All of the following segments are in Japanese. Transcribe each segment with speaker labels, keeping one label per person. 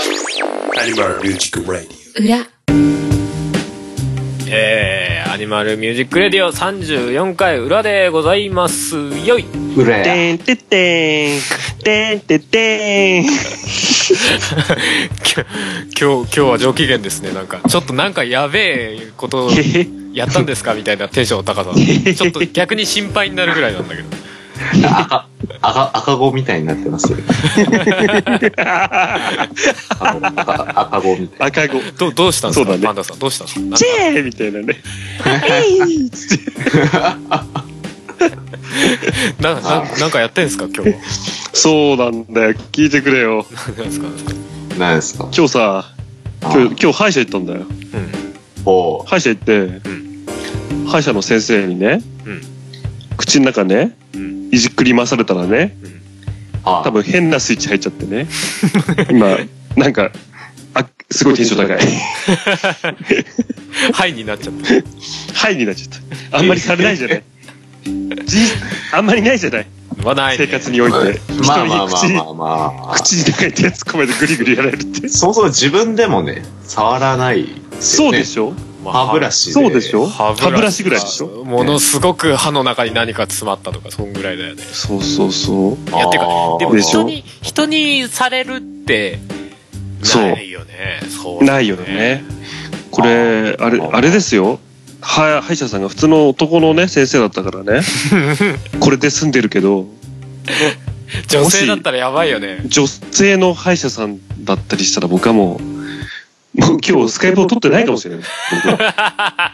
Speaker 1: アニマルミュージックレディ
Speaker 2: 裏
Speaker 3: えー、アニマルミュージックレディオ34回裏でございます よい
Speaker 4: うらや
Speaker 5: てんてってん。てんてってん。
Speaker 3: きょ今日今日は上機嫌ですねなんかちょっとなんかやべえ ことやったんですかみたいなテンションの高さちょっと逆に心配になるぐらいなんだけど
Speaker 4: 赤赤赤子みたいになって ますよあの赤赤子みたい
Speaker 5: 赤子。
Speaker 3: どうどうしたんです
Speaker 5: そう
Speaker 3: か、
Speaker 5: だね
Speaker 3: パンダさんどうしたんですかなん
Speaker 5: チ
Speaker 3: か
Speaker 5: ェーみたいなね。はい
Speaker 3: なななんかやってんですか今日
Speaker 5: そうなんだよ。聞いてくれよ。
Speaker 3: なんですかなんですか
Speaker 4: なんですか
Speaker 5: 今日さ、
Speaker 4: あ
Speaker 5: 今日、今日歯医者行ったんだよ。
Speaker 4: ほ
Speaker 5: 歯医者行って、歯医者の先生にね、
Speaker 3: うん
Speaker 5: 口の中ね、
Speaker 3: うん
Speaker 5: いじくり回されたらね、
Speaker 4: うあ
Speaker 5: 多分変なスイッチ入っちゃってね。今、なんか、あ、すごいテンション高い。
Speaker 3: はいになっちゃった
Speaker 5: はいになっちゃった。あんまりされないじゃない。じあんまりないじゃない。
Speaker 3: はない、
Speaker 5: 生
Speaker 3: ね、
Speaker 5: 活において。
Speaker 4: ま
Speaker 5: 人
Speaker 4: あ
Speaker 5: に
Speaker 4: まあま
Speaker 5: 口
Speaker 4: あ
Speaker 5: に
Speaker 4: まあまあ
Speaker 5: 口に中に手突っ込めてグリグリやられるって。
Speaker 4: そもそも自分でもね触らないです
Speaker 5: そ
Speaker 4: よ
Speaker 5: う
Speaker 4: ね
Speaker 5: でしょ
Speaker 4: 歯ブラシで
Speaker 5: そうでしょ
Speaker 3: 歯
Speaker 5: 歯ブラシぐらいでしょ
Speaker 3: ょものすごく歯の中に何か詰まったとかそんぐらいだよね
Speaker 5: そうそうそう。
Speaker 3: いやてか
Speaker 4: あー
Speaker 3: でも
Speaker 5: でし
Speaker 3: 人
Speaker 5: ょ
Speaker 3: に人にされるって
Speaker 5: そう
Speaker 3: ないよねそう
Speaker 5: ないよね。これ、あれ、あれですよ。歯歯医者さんが普通の男のね、先生だったか らね。これで済んでるけど、
Speaker 3: 女性だったらやばいよね
Speaker 5: 女性の歯医者さんだったりしたら僕はもう、もう今日スカイプを撮ってないかもしれない。僕は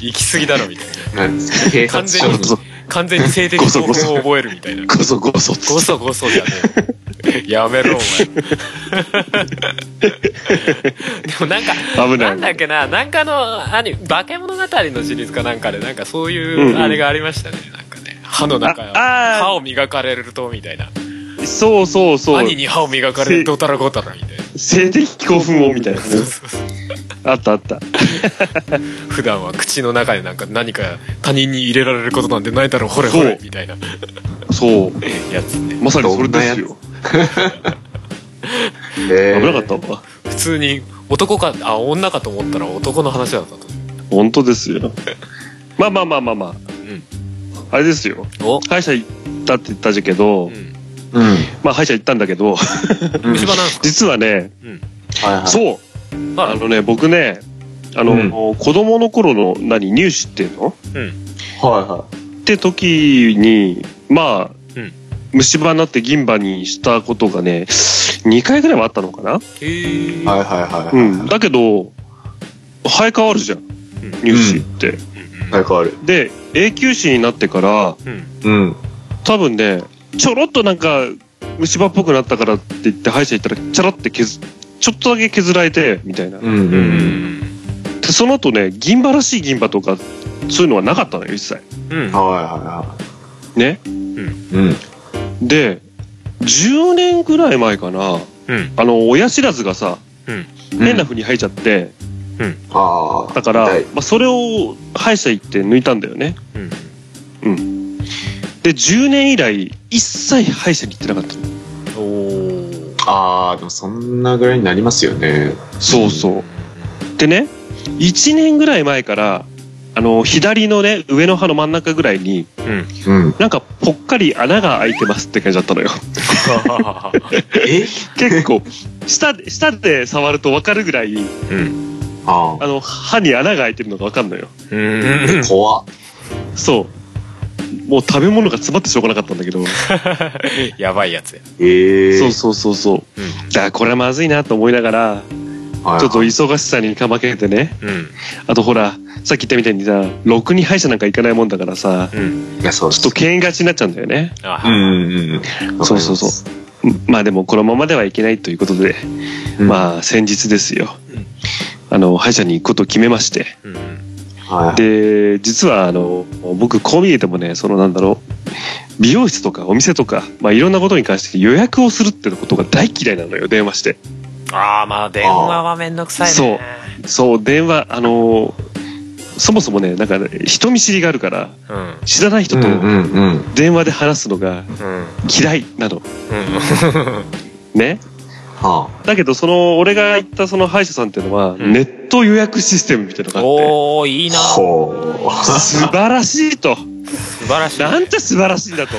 Speaker 3: 行き過ぎだろみたいな
Speaker 4: なんですか警察署
Speaker 3: 完
Speaker 4: の
Speaker 3: 全完全に性的
Speaker 5: ご
Speaker 3: 興
Speaker 5: そごそ
Speaker 3: 奮を覚えるみたいな
Speaker 5: ごそごそっつって
Speaker 3: ごそごそじゃねえよやめろお 前でもなんか
Speaker 5: 危ない
Speaker 3: なんだっけななんかのアニメ化け物語のシリーズかなんかでなんかそう
Speaker 5: う
Speaker 3: い
Speaker 5: んう
Speaker 3: うんあれがありましたね、なんかね歯の中
Speaker 5: ああー
Speaker 3: 歯を磨かれるとみたいな
Speaker 5: そうそうそう
Speaker 3: 兄。に歯を磨かれるどたらこたらみたいな
Speaker 5: 性的興奮をみたいなね。あったあった。
Speaker 3: 普段は口の中でなんか何か他人に入れられることなんてないだろうほれほれ
Speaker 5: そう
Speaker 3: みたいな
Speaker 5: そう。
Speaker 3: やつね
Speaker 5: まさにそれですよ。危
Speaker 4: えー
Speaker 5: なかったわ。
Speaker 3: 普通に男かあ女かと思ったら男の話だったと
Speaker 5: 本当ですよ。まあまあまあまあま
Speaker 3: ん
Speaker 5: あ。あれですよ。
Speaker 3: お
Speaker 5: 歯医者行ったって言ったじゃけど、
Speaker 3: うん
Speaker 4: うん
Speaker 5: まあ歯医者行ったんだけど、
Speaker 3: 虫歯なんですか
Speaker 5: 実はね、
Speaker 4: はいはい
Speaker 5: そう
Speaker 3: あ
Speaker 5: あのね、僕ね、あの、
Speaker 4: うん
Speaker 5: 子供の頃の何、入試っていうの
Speaker 4: はいは
Speaker 5: って時に、まあ、
Speaker 3: うん
Speaker 5: 虫歯になって銀歯にしたことがね、2回ぐらいはあったのかな、
Speaker 3: へー
Speaker 4: いはいはいはい
Speaker 5: うん、だけど、生え変わるじゃん、入試って。
Speaker 4: なんかある
Speaker 5: で、永久歯になってから、
Speaker 3: うん
Speaker 4: うん
Speaker 5: 多分ねちょろっとなんか虫歯っぽくなったからって言って歯医者行ったらチャラって削ちょっとだけ削られてみたいな、
Speaker 4: うんうんう
Speaker 3: うんん
Speaker 5: でその後ね銀歯らしい銀歯とかそういうのはなかったのよ一切
Speaker 3: うん
Speaker 4: はいはい
Speaker 5: ね
Speaker 4: はいうん
Speaker 5: で10年ぐらい前かな
Speaker 3: うん
Speaker 5: あの親知らずがさ変な風に生えちゃって、
Speaker 4: ああ
Speaker 5: だから、
Speaker 4: はい
Speaker 5: まあ、それを歯医者行って抜いたんだよね
Speaker 3: うん
Speaker 5: で10年以来一切歯医者に行ってなかった
Speaker 3: お
Speaker 5: の
Speaker 3: ー
Speaker 4: ああでもそんなぐらいになりますよね
Speaker 5: そうそう。でね、1年ぐらい前から、あの、左のね、上の歯の真ん中ぐらいに、
Speaker 4: うん
Speaker 5: なんかぽっかり穴が開いてますって感じだったのよ。
Speaker 4: え
Speaker 5: 結構、舌で、舌で触るとわかるぐらい、
Speaker 3: うん
Speaker 4: あ
Speaker 5: あの、歯に穴が開いてるのがわかんのよ。
Speaker 3: うん
Speaker 4: あ怖っ
Speaker 5: そう。もう食べ物が詰まってしょうがなかったんだけど、
Speaker 3: やばいやつや
Speaker 4: ええ
Speaker 5: そうそうそうそう。だからこれはまずいなと思いながら、
Speaker 4: はい
Speaker 5: ちょっと忙しさにかまけてね。
Speaker 3: うん
Speaker 5: あとほら、さっき言ったみたいにさ、ろくに歯医者なんか行かないもんだからさ、
Speaker 3: うん
Speaker 4: いやそう
Speaker 5: ちょっと敬遠がちになっちゃうんだよね。
Speaker 3: あ
Speaker 4: う
Speaker 3: は
Speaker 4: んうんうん
Speaker 5: そうそうそまあでもこのままではいけないということで、
Speaker 4: うん
Speaker 5: まあ先日ですよ、
Speaker 3: うん
Speaker 5: あの歯医者に行くことを決めまして
Speaker 3: うん
Speaker 4: はい
Speaker 5: で実はあの僕こう見えてもねそのなんだろう美容室とかお店とか、まあ、いろんなことに関して予約をするってことが大嫌いなのよ電話して
Speaker 3: ああまあ電話はめんどくさいね
Speaker 5: そうそう電話あのそもそもねなんかね人見知りがあるから
Speaker 3: うん
Speaker 5: 知らない人と
Speaker 4: うんうんうん
Speaker 5: 電話で話すのが
Speaker 3: うん
Speaker 5: 嫌いなの、
Speaker 3: うん
Speaker 5: ね
Speaker 4: は
Speaker 5: だけど、その、俺が行ったその歯医者さんっていうのは、
Speaker 3: ん
Speaker 5: ネット予約システムみたいなのがあって、
Speaker 3: おー、いい
Speaker 4: あ。
Speaker 3: な。
Speaker 4: ほ
Speaker 5: 素晴らしいと。
Speaker 3: 素晴らしい。
Speaker 5: なんて素晴らしいんだと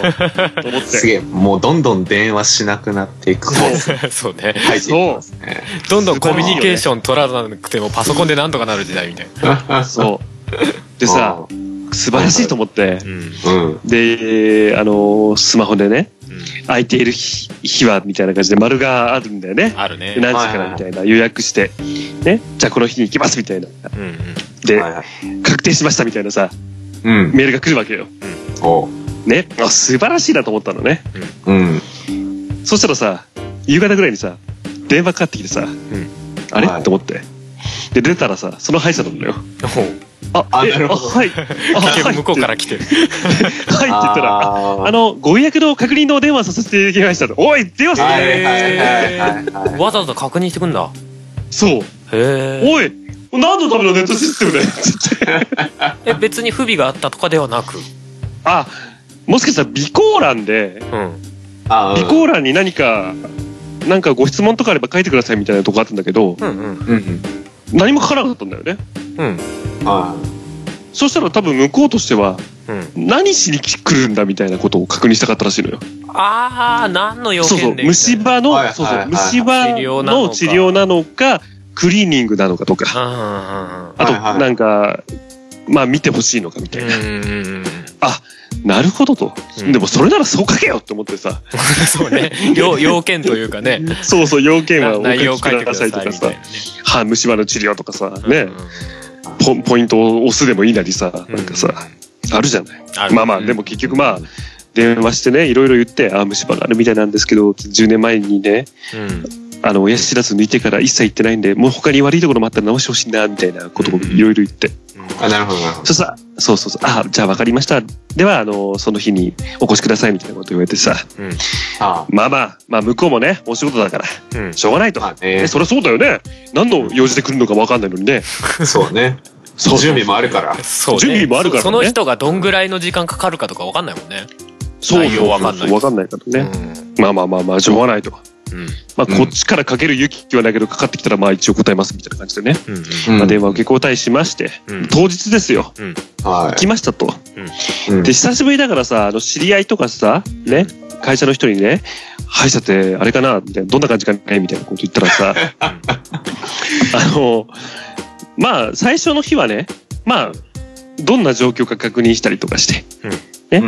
Speaker 5: と思っ
Speaker 4: う。す
Speaker 5: て。
Speaker 4: げえ、もうどんどん電話しなくなっていく。
Speaker 3: そうね。
Speaker 4: はい、そうですね。
Speaker 3: どんどんコミュニケーション取らなくてもパソコンでなんとかなる時代みたいな。
Speaker 5: そう。でさ、素晴らしいと思って、
Speaker 3: うん。
Speaker 4: うん。
Speaker 5: で、あのースマホでね、空いている日日はみたいな感じで丸があるんだよね。
Speaker 3: あるね。
Speaker 5: 何時からみたいな予約して、ね、じゃあこの日に行きますみたいな。
Speaker 3: うんうん。
Speaker 5: で、
Speaker 4: はいはい
Speaker 5: 確定しましたみたいなさ、
Speaker 4: うん。
Speaker 5: メールが来るわけよ。
Speaker 4: おう。
Speaker 5: ね、あ素晴らしいなと思ったのね。
Speaker 4: うん。
Speaker 5: そしたらさ、夕方ぐらいにさ、電話かかってきてさ、あれ、
Speaker 4: はい
Speaker 5: と思って。で、出たらさ、その歯医者なんだよ。
Speaker 3: おう
Speaker 5: あ、
Speaker 4: あ
Speaker 5: え
Speaker 4: なるほど
Speaker 5: はい。あ。
Speaker 3: 結 局向こうからら来てる。
Speaker 5: はいって言ったら、あ
Speaker 4: あー
Speaker 5: あの、ご予約の確認のお電話させていただきましたと。おい、電話する
Speaker 4: は
Speaker 5: ね
Speaker 4: いはいはいはいはい。
Speaker 3: わざわざ確認してくんだ。
Speaker 5: そう。
Speaker 3: へえ。
Speaker 5: おい、何のためのネットシステムだよって言って。
Speaker 3: え、別に不備があったとかではなく。
Speaker 5: あ、もしかしたら備考欄で、
Speaker 3: うん。
Speaker 4: あ
Speaker 5: 備考欄に何か、なんかご質問とかあれば書いてくださいみたいなとこあったんだけど、
Speaker 3: うんうん。
Speaker 4: うん。
Speaker 5: 何も書かなかったんだよね。
Speaker 3: うん。
Speaker 4: あ
Speaker 5: そしたら多分向こうとしては、
Speaker 3: うん。
Speaker 5: 何しに来るんだみたいなことを確認したかったらしいのよ。
Speaker 3: あー、何の要
Speaker 5: そうそう、
Speaker 3: 件で
Speaker 5: 虫歯の、
Speaker 4: はいはいはい
Speaker 5: そうそう、虫歯
Speaker 3: 治療なの
Speaker 5: の
Speaker 3: か
Speaker 5: 治療なのか、クリーニングなのかとか、
Speaker 3: あ
Speaker 5: あと、
Speaker 4: はいはい
Speaker 5: なんか、まあ見てほしいのかみた
Speaker 3: ー。
Speaker 5: いうな。
Speaker 3: んうん うんうん。
Speaker 5: なるほどと。
Speaker 3: うん
Speaker 5: でもそれならそう書けよって思ってさ、
Speaker 3: そうね。要、要件というかね。
Speaker 5: そうそう、要件は
Speaker 3: な
Speaker 5: お
Speaker 3: 内容を
Speaker 5: 書
Speaker 3: 書いて
Speaker 5: きく
Speaker 3: くださ
Speaker 5: だ
Speaker 3: い
Speaker 5: さい
Speaker 3: み
Speaker 5: と
Speaker 3: たい
Speaker 5: か
Speaker 3: な
Speaker 5: さ
Speaker 3: ね、。
Speaker 5: 歯、虫歯の治療とかさ、
Speaker 3: う
Speaker 5: ね
Speaker 3: ん、
Speaker 5: ポンポイントを押すでもいいなりさ、なんかさ、あるじゃない。
Speaker 3: ある
Speaker 5: まあまあ、
Speaker 4: うん
Speaker 5: でも結局まあ、電話してね、いろいろ言って、あ、虫歯があるみたいなんですけど、10年前にね、
Speaker 3: うん
Speaker 5: あの、親知らず抜いてから一切行ってないんで、もう他に悪いところもあったら直してほしいな、みたいなことをいろいろ言って。
Speaker 4: あ、なるほど、なるほど。
Speaker 5: そしたら、そうそうそう、あ、じゃあ分かりました。では、あの、その日にお越しください、みたいなこと言われてさ、
Speaker 4: あ
Speaker 5: まあまあ、まあ向こうもね、お仕事だから、
Speaker 3: うん
Speaker 5: しょうがないと。
Speaker 4: まあ
Speaker 5: え、
Speaker 4: ね、
Speaker 5: そりゃそうだよね。何の用事で来るのか分かんないのにね。
Speaker 4: そうね。
Speaker 5: そう
Speaker 4: 準備もあるから。
Speaker 3: そうね
Speaker 5: 準備もあるからね
Speaker 3: そその人がどんぐらいの時間かかるかとかわかんないもんね。
Speaker 5: そう
Speaker 3: 内容分かんない
Speaker 5: 分かんないからね。まあまあまあまあ、しょうがないと。
Speaker 3: うん。
Speaker 5: まあ、
Speaker 4: うん
Speaker 5: こっちからかける勇気はないけど、かかってきたら、まあ一応答えますみたいな感じでね。
Speaker 3: うん。
Speaker 5: まあ、電話受け答えしまして、
Speaker 3: うん。うん。
Speaker 5: 当日ですよ。
Speaker 4: は
Speaker 5: 来ましたと。
Speaker 4: い。うん
Speaker 5: で、久しぶりだからさ、あの、知り合いとかさ、ね、会社の人にね、歯医者ってあれかなみたいな、どんな感じかねみたいなこと言ったら さ、あの、まあ、最初の日はね、まあ、どんな状況か確認したりとかして、
Speaker 4: うん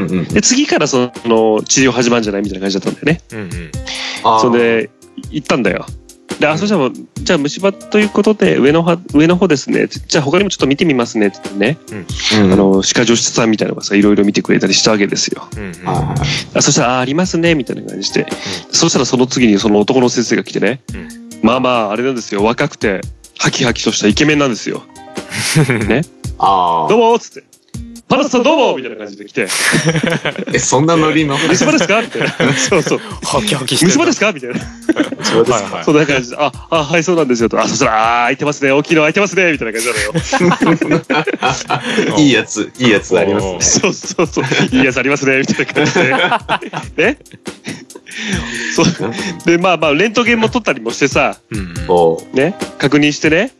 Speaker 4: うん
Speaker 5: で、次からその、治療始まるんじゃないみたいな感じだったんだよね。
Speaker 3: うん。うん。
Speaker 4: あー
Speaker 5: それで行ったんだよ。で、あ、そしたら、じゃあ虫歯ということで、上の歯、上の方ですね。じゃあ他にもちょっと見てみますね。って言ってね、
Speaker 4: うん
Speaker 5: あの、歯科助手さんみたいなのがさ、いろいろ見てくれたりしたわけですよ。
Speaker 3: うん。うん。
Speaker 4: はいはい
Speaker 5: あそしたら、あ、ありますね、みたいな感じで。そしたらその次にその男の先生が来てね。
Speaker 3: うん
Speaker 5: まあまあ、あれなんですよ。若くて、ハキハキとしたイケメンなんですよ。
Speaker 4: あ
Speaker 5: どう
Speaker 4: あ。
Speaker 5: もーっつって。パナスさんどうもーみたいな感じで来て。
Speaker 4: え、そんなノリ の
Speaker 5: 虫歯ですかみたい な。そうそう。
Speaker 3: ハキハキしてる。
Speaker 5: 虫歯 ですかみたいな。
Speaker 4: そうです
Speaker 3: はい
Speaker 4: か。
Speaker 3: はい
Speaker 5: そんな感じで、あ、あ、はい、そうなんですよと。あ、そしたら、あー、開いてますね。大きいの開いてますね。みたいな感じなのよ。
Speaker 3: うん
Speaker 4: いいやつ、いいやつありますね。
Speaker 5: そうそうそう。いいやつありますね、みたいな感じで。ねそう。で、まあまあ、レントゲンも撮ったりもしてさ、
Speaker 3: うん。
Speaker 4: おう
Speaker 5: ね、確認してね。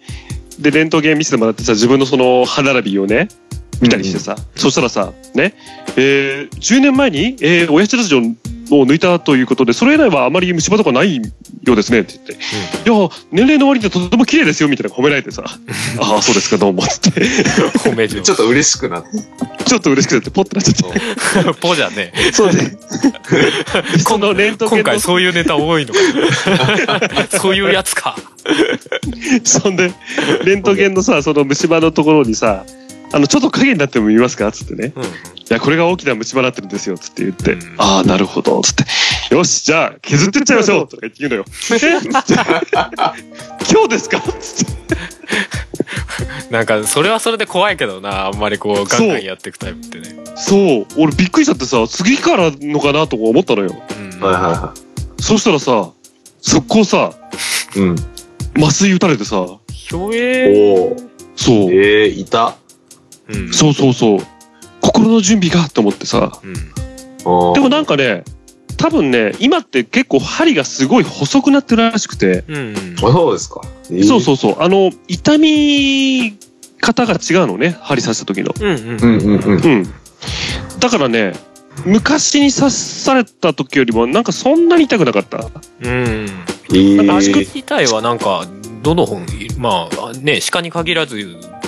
Speaker 5: で、レントゲン見せてもらってさ、自分のその歯並びをね、見たりしてさ、そしたらさ、ね、えー、10年前に、えー、親知らずを抜いたということで、それ以来はあまり虫歯とかないようですね、って言って。いや、年齢の割にはとても綺麗ですよ、みたいな褒められてさ、ああ、そうですか、どうも、つって。
Speaker 3: 褒め上
Speaker 4: ち
Speaker 3: 手
Speaker 4: ょ っ。と嬉しくなって。
Speaker 5: ちょっと嬉しくなって、ポッてなっちゃって。
Speaker 3: ポじゃね。
Speaker 5: そうね。 そのレント
Speaker 3: 今
Speaker 5: ゲンの
Speaker 3: 回、そういうネタ多いのか。 そういうやつか。
Speaker 5: そんで、レントゲンのさ、その虫歯のところにさ、あの、ちょっと影になっても見ますかつってね。
Speaker 3: うん。
Speaker 5: いや、これが大きな虫歯になってるんですよ、つって言って。
Speaker 3: うん
Speaker 5: ああ、なるほど、つって。よし、じゃあ、削ってっちゃいま しょうとか言って言うのよ。 えつって今日ですかつって。
Speaker 3: なんか、それはそれで怖いけどな。あんまりこう、ガンガンやっていくタイプってね。
Speaker 5: そう、俺びっくりしちゃってさ、次からのかなとか思ったのよ。
Speaker 3: うん。
Speaker 4: はいはいは
Speaker 5: そしたらさ、速攻さ、
Speaker 4: い。うん。
Speaker 5: 麻酔打たれてさ、
Speaker 3: ひょえー。
Speaker 4: おお。
Speaker 5: そう、
Speaker 4: ええ、いた。
Speaker 3: うん。
Speaker 5: そうそうそう、心の準備がと思ってさ、
Speaker 3: うん。
Speaker 4: おー
Speaker 5: でもなんかね、多分ね、今って結構針がすごい細くなってるらしくて、
Speaker 3: うんうん
Speaker 4: あそうですか。
Speaker 5: そうそうそう、あの、痛み方が違うのね、針刺した時の。
Speaker 3: うんうん
Speaker 4: う。うんうんうん。
Speaker 5: うん。だからね、昔に刺された時よりも、なんかそんなに痛くなかった。
Speaker 3: うん。
Speaker 4: えー
Speaker 3: なんか足首自体はなんか、どの本、まあね、鹿に限らず、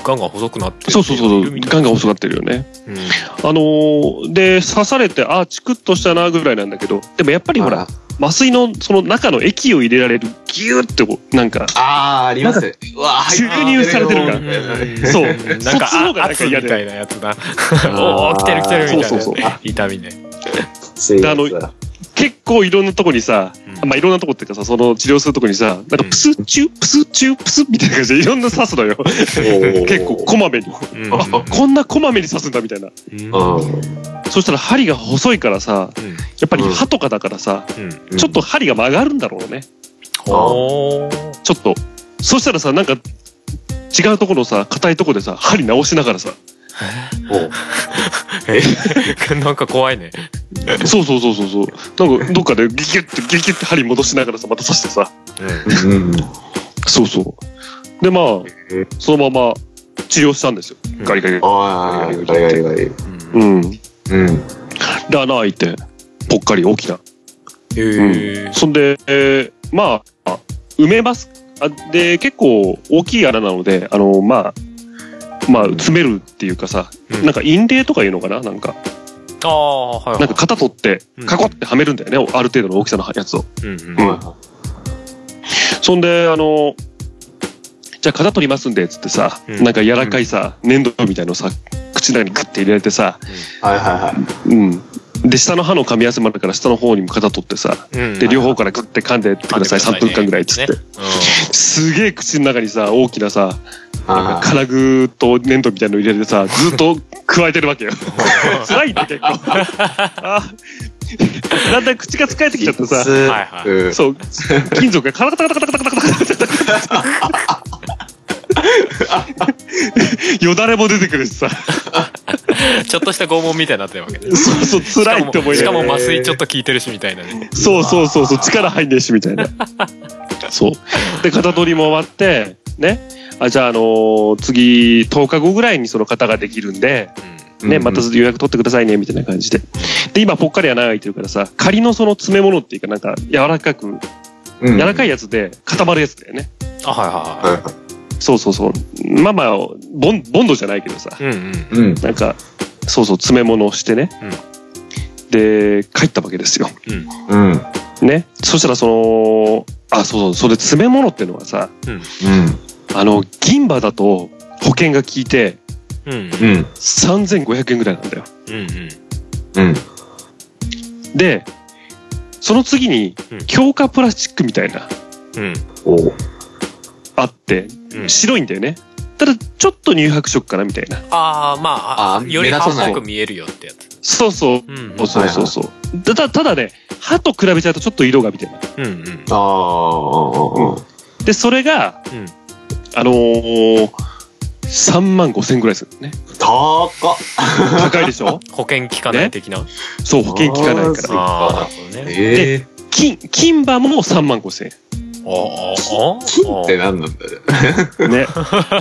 Speaker 3: ガンガン細くなってる
Speaker 5: そうそうそう、
Speaker 3: 人いるみた
Speaker 5: ガ
Speaker 3: い
Speaker 5: ンガン細くなってるよね。
Speaker 3: うん
Speaker 5: あのーで、刺されて、あーチクッとしたなぐらいなんだけど、でもやっぱりほら、麻酔のその中の液を入れられる、ギューってこう、なんか、
Speaker 4: ああ、ありますね。うわー
Speaker 5: 注入されてるから
Speaker 4: うん
Speaker 5: そう
Speaker 3: なんか、
Speaker 5: そっちの方が
Speaker 3: あ
Speaker 5: なん
Speaker 3: 圧
Speaker 5: か
Speaker 3: み
Speaker 5: 嫌で
Speaker 3: たいなやつだ。おー、来てる来てるみたいな。
Speaker 5: そうそうそう
Speaker 3: 痛みね。
Speaker 4: つい
Speaker 5: であの
Speaker 4: や
Speaker 5: 結構いろんなとこにさ、
Speaker 3: うん
Speaker 5: まあいろんなとこっていうかさ、その治療するとこにさ、なんかプスチュプスチュプスみたいな感じでいろんな刺すのよ。
Speaker 4: つおー
Speaker 5: 結構こまめに。
Speaker 3: うん
Speaker 5: あ、こんなこまめに刺すんだみたいな。
Speaker 3: うん
Speaker 4: うん
Speaker 5: そしたら針が細いからさ、
Speaker 3: うん
Speaker 5: やっぱり
Speaker 4: うん
Speaker 5: 歯とかだからさ、
Speaker 3: うん
Speaker 4: うん
Speaker 5: ちょっと針が曲がるんだろうね。
Speaker 3: おー
Speaker 5: ちょっと。そしたらさ、なんか、違うところのさ、硬いとこでさ、針直しながらさ。
Speaker 4: お
Speaker 3: なんか怖いね。
Speaker 5: そうそうそうそうそう。なんか、どっかでギュッて、ギュッて針戻しながらさ、また刺してさ。
Speaker 4: うん
Speaker 5: そうそう。で、まあ、そのまま治療したんですよ。ガリガリ。
Speaker 4: ああ、ガリガリガリ。
Speaker 3: うん
Speaker 5: うん。
Speaker 4: うん。
Speaker 5: で、穴開いて、ぽっかり大きな。
Speaker 3: へー
Speaker 5: そんで、えーまあ、埋めます。あで、結構大きい穴なので、あの、まあ、まあ、詰めるっていうかさ、
Speaker 3: うん
Speaker 5: なんか陰霊とかいうのかななんか、
Speaker 3: ああ、はいはい。
Speaker 5: なんか型取って
Speaker 3: うん、
Speaker 5: カコってはめるんだよね、ある程度の大きさのやつを。
Speaker 3: うんうん
Speaker 5: うんそんで、あの、じゃあ型取りますんで、つってさ、
Speaker 3: うん
Speaker 5: なんか柔らかいさ、粘土みたいのさ、口の中にグッて入れられてさ、
Speaker 4: はいはいは
Speaker 5: うん。で、下の歯の噛み合わせもあるから、下の方にも型取ってさ、
Speaker 3: うん
Speaker 5: で、両方からグッて噛んでってください、3分間ぐらい、つって。すげえ口の中にさ、大きなさ、なんか
Speaker 4: い。
Speaker 5: 金具と粘土みたいなの入れてさ、ずっと加えてるわけよ。辛いって結構。あだんだん口が疲れてきちゃってさ、
Speaker 3: はいはい
Speaker 4: うん
Speaker 5: そう、金属がカラカタカタカタカタカタカタカタカタ。よだれも出てくるしさ、
Speaker 3: うんちょっとした拷問みたいになってるわけね。
Speaker 5: そうそう、辛いって思い
Speaker 3: し
Speaker 5: な
Speaker 3: か
Speaker 5: がら
Speaker 3: もしかも麻酔ちょっと効いてるしみたいなね。
Speaker 5: そうそうそうそう、力入んねえし、みたい な。そう。で、型取りも終わって、ね。あ、じゃあ、あのー次、10日後ぐらいにその型ができるんで、
Speaker 4: うんう
Speaker 5: ね、
Speaker 4: ん
Speaker 5: また予約取ってくださいね、みたいな感じで。で、今、ぽっかり穴が開いてるからさ、仮のその詰め物っていうか、なんか、柔らかく、
Speaker 4: うん
Speaker 5: 柔らかいやつで固まるやつだよね。
Speaker 3: あ、
Speaker 4: は
Speaker 3: はいい
Speaker 4: は
Speaker 5: そうそうそう。まあまあ、ボン、ボンドじゃないけどさ、
Speaker 3: はいはい。うんうん。
Speaker 4: い。うん。
Speaker 5: なんか、そうそう、詰め物をしてね。
Speaker 3: うん
Speaker 5: で、帰ったわけですよ。
Speaker 4: うん。
Speaker 5: ね。そしたら、その、あ、そうそう、それ詰め物っていうのはさ、あの、銀歯だと保険が効いて
Speaker 3: うん
Speaker 4: うん。うん。
Speaker 5: 3500円ぐらいなんだよ。
Speaker 3: うんうん。
Speaker 4: うん。
Speaker 5: で、その次に
Speaker 3: うん
Speaker 5: 強化プラスチックみたいな、
Speaker 3: うん
Speaker 4: おう
Speaker 5: あって、
Speaker 3: うん
Speaker 5: 白いんだよね。ただ、ちょっと乳白色かなみたいな。
Speaker 3: ああ、まああ、
Speaker 4: あ
Speaker 3: より
Speaker 4: 目立
Speaker 3: 歯
Speaker 4: た
Speaker 3: っ
Speaker 4: ない
Speaker 3: ぽく見えるよってやつ。
Speaker 5: そうそう。
Speaker 3: うんうん。
Speaker 5: そうそうそうそう。ただ、ただね、歯と比べちゃうとちょっと色がみたいな。
Speaker 3: うんうん。
Speaker 4: ああ。
Speaker 5: で、それが、
Speaker 3: うん
Speaker 5: あのー、3万5千ぐらいするね。
Speaker 4: 高っ。
Speaker 5: 高いでし ょ
Speaker 3: 保険効かない的な。
Speaker 5: そう、保険効かないから。
Speaker 3: ああ、なるほどね。
Speaker 4: ええ。
Speaker 5: 金、金歯も3万5千円。
Speaker 3: ああ、ああ。
Speaker 4: 金って何なんだよ。
Speaker 5: ね。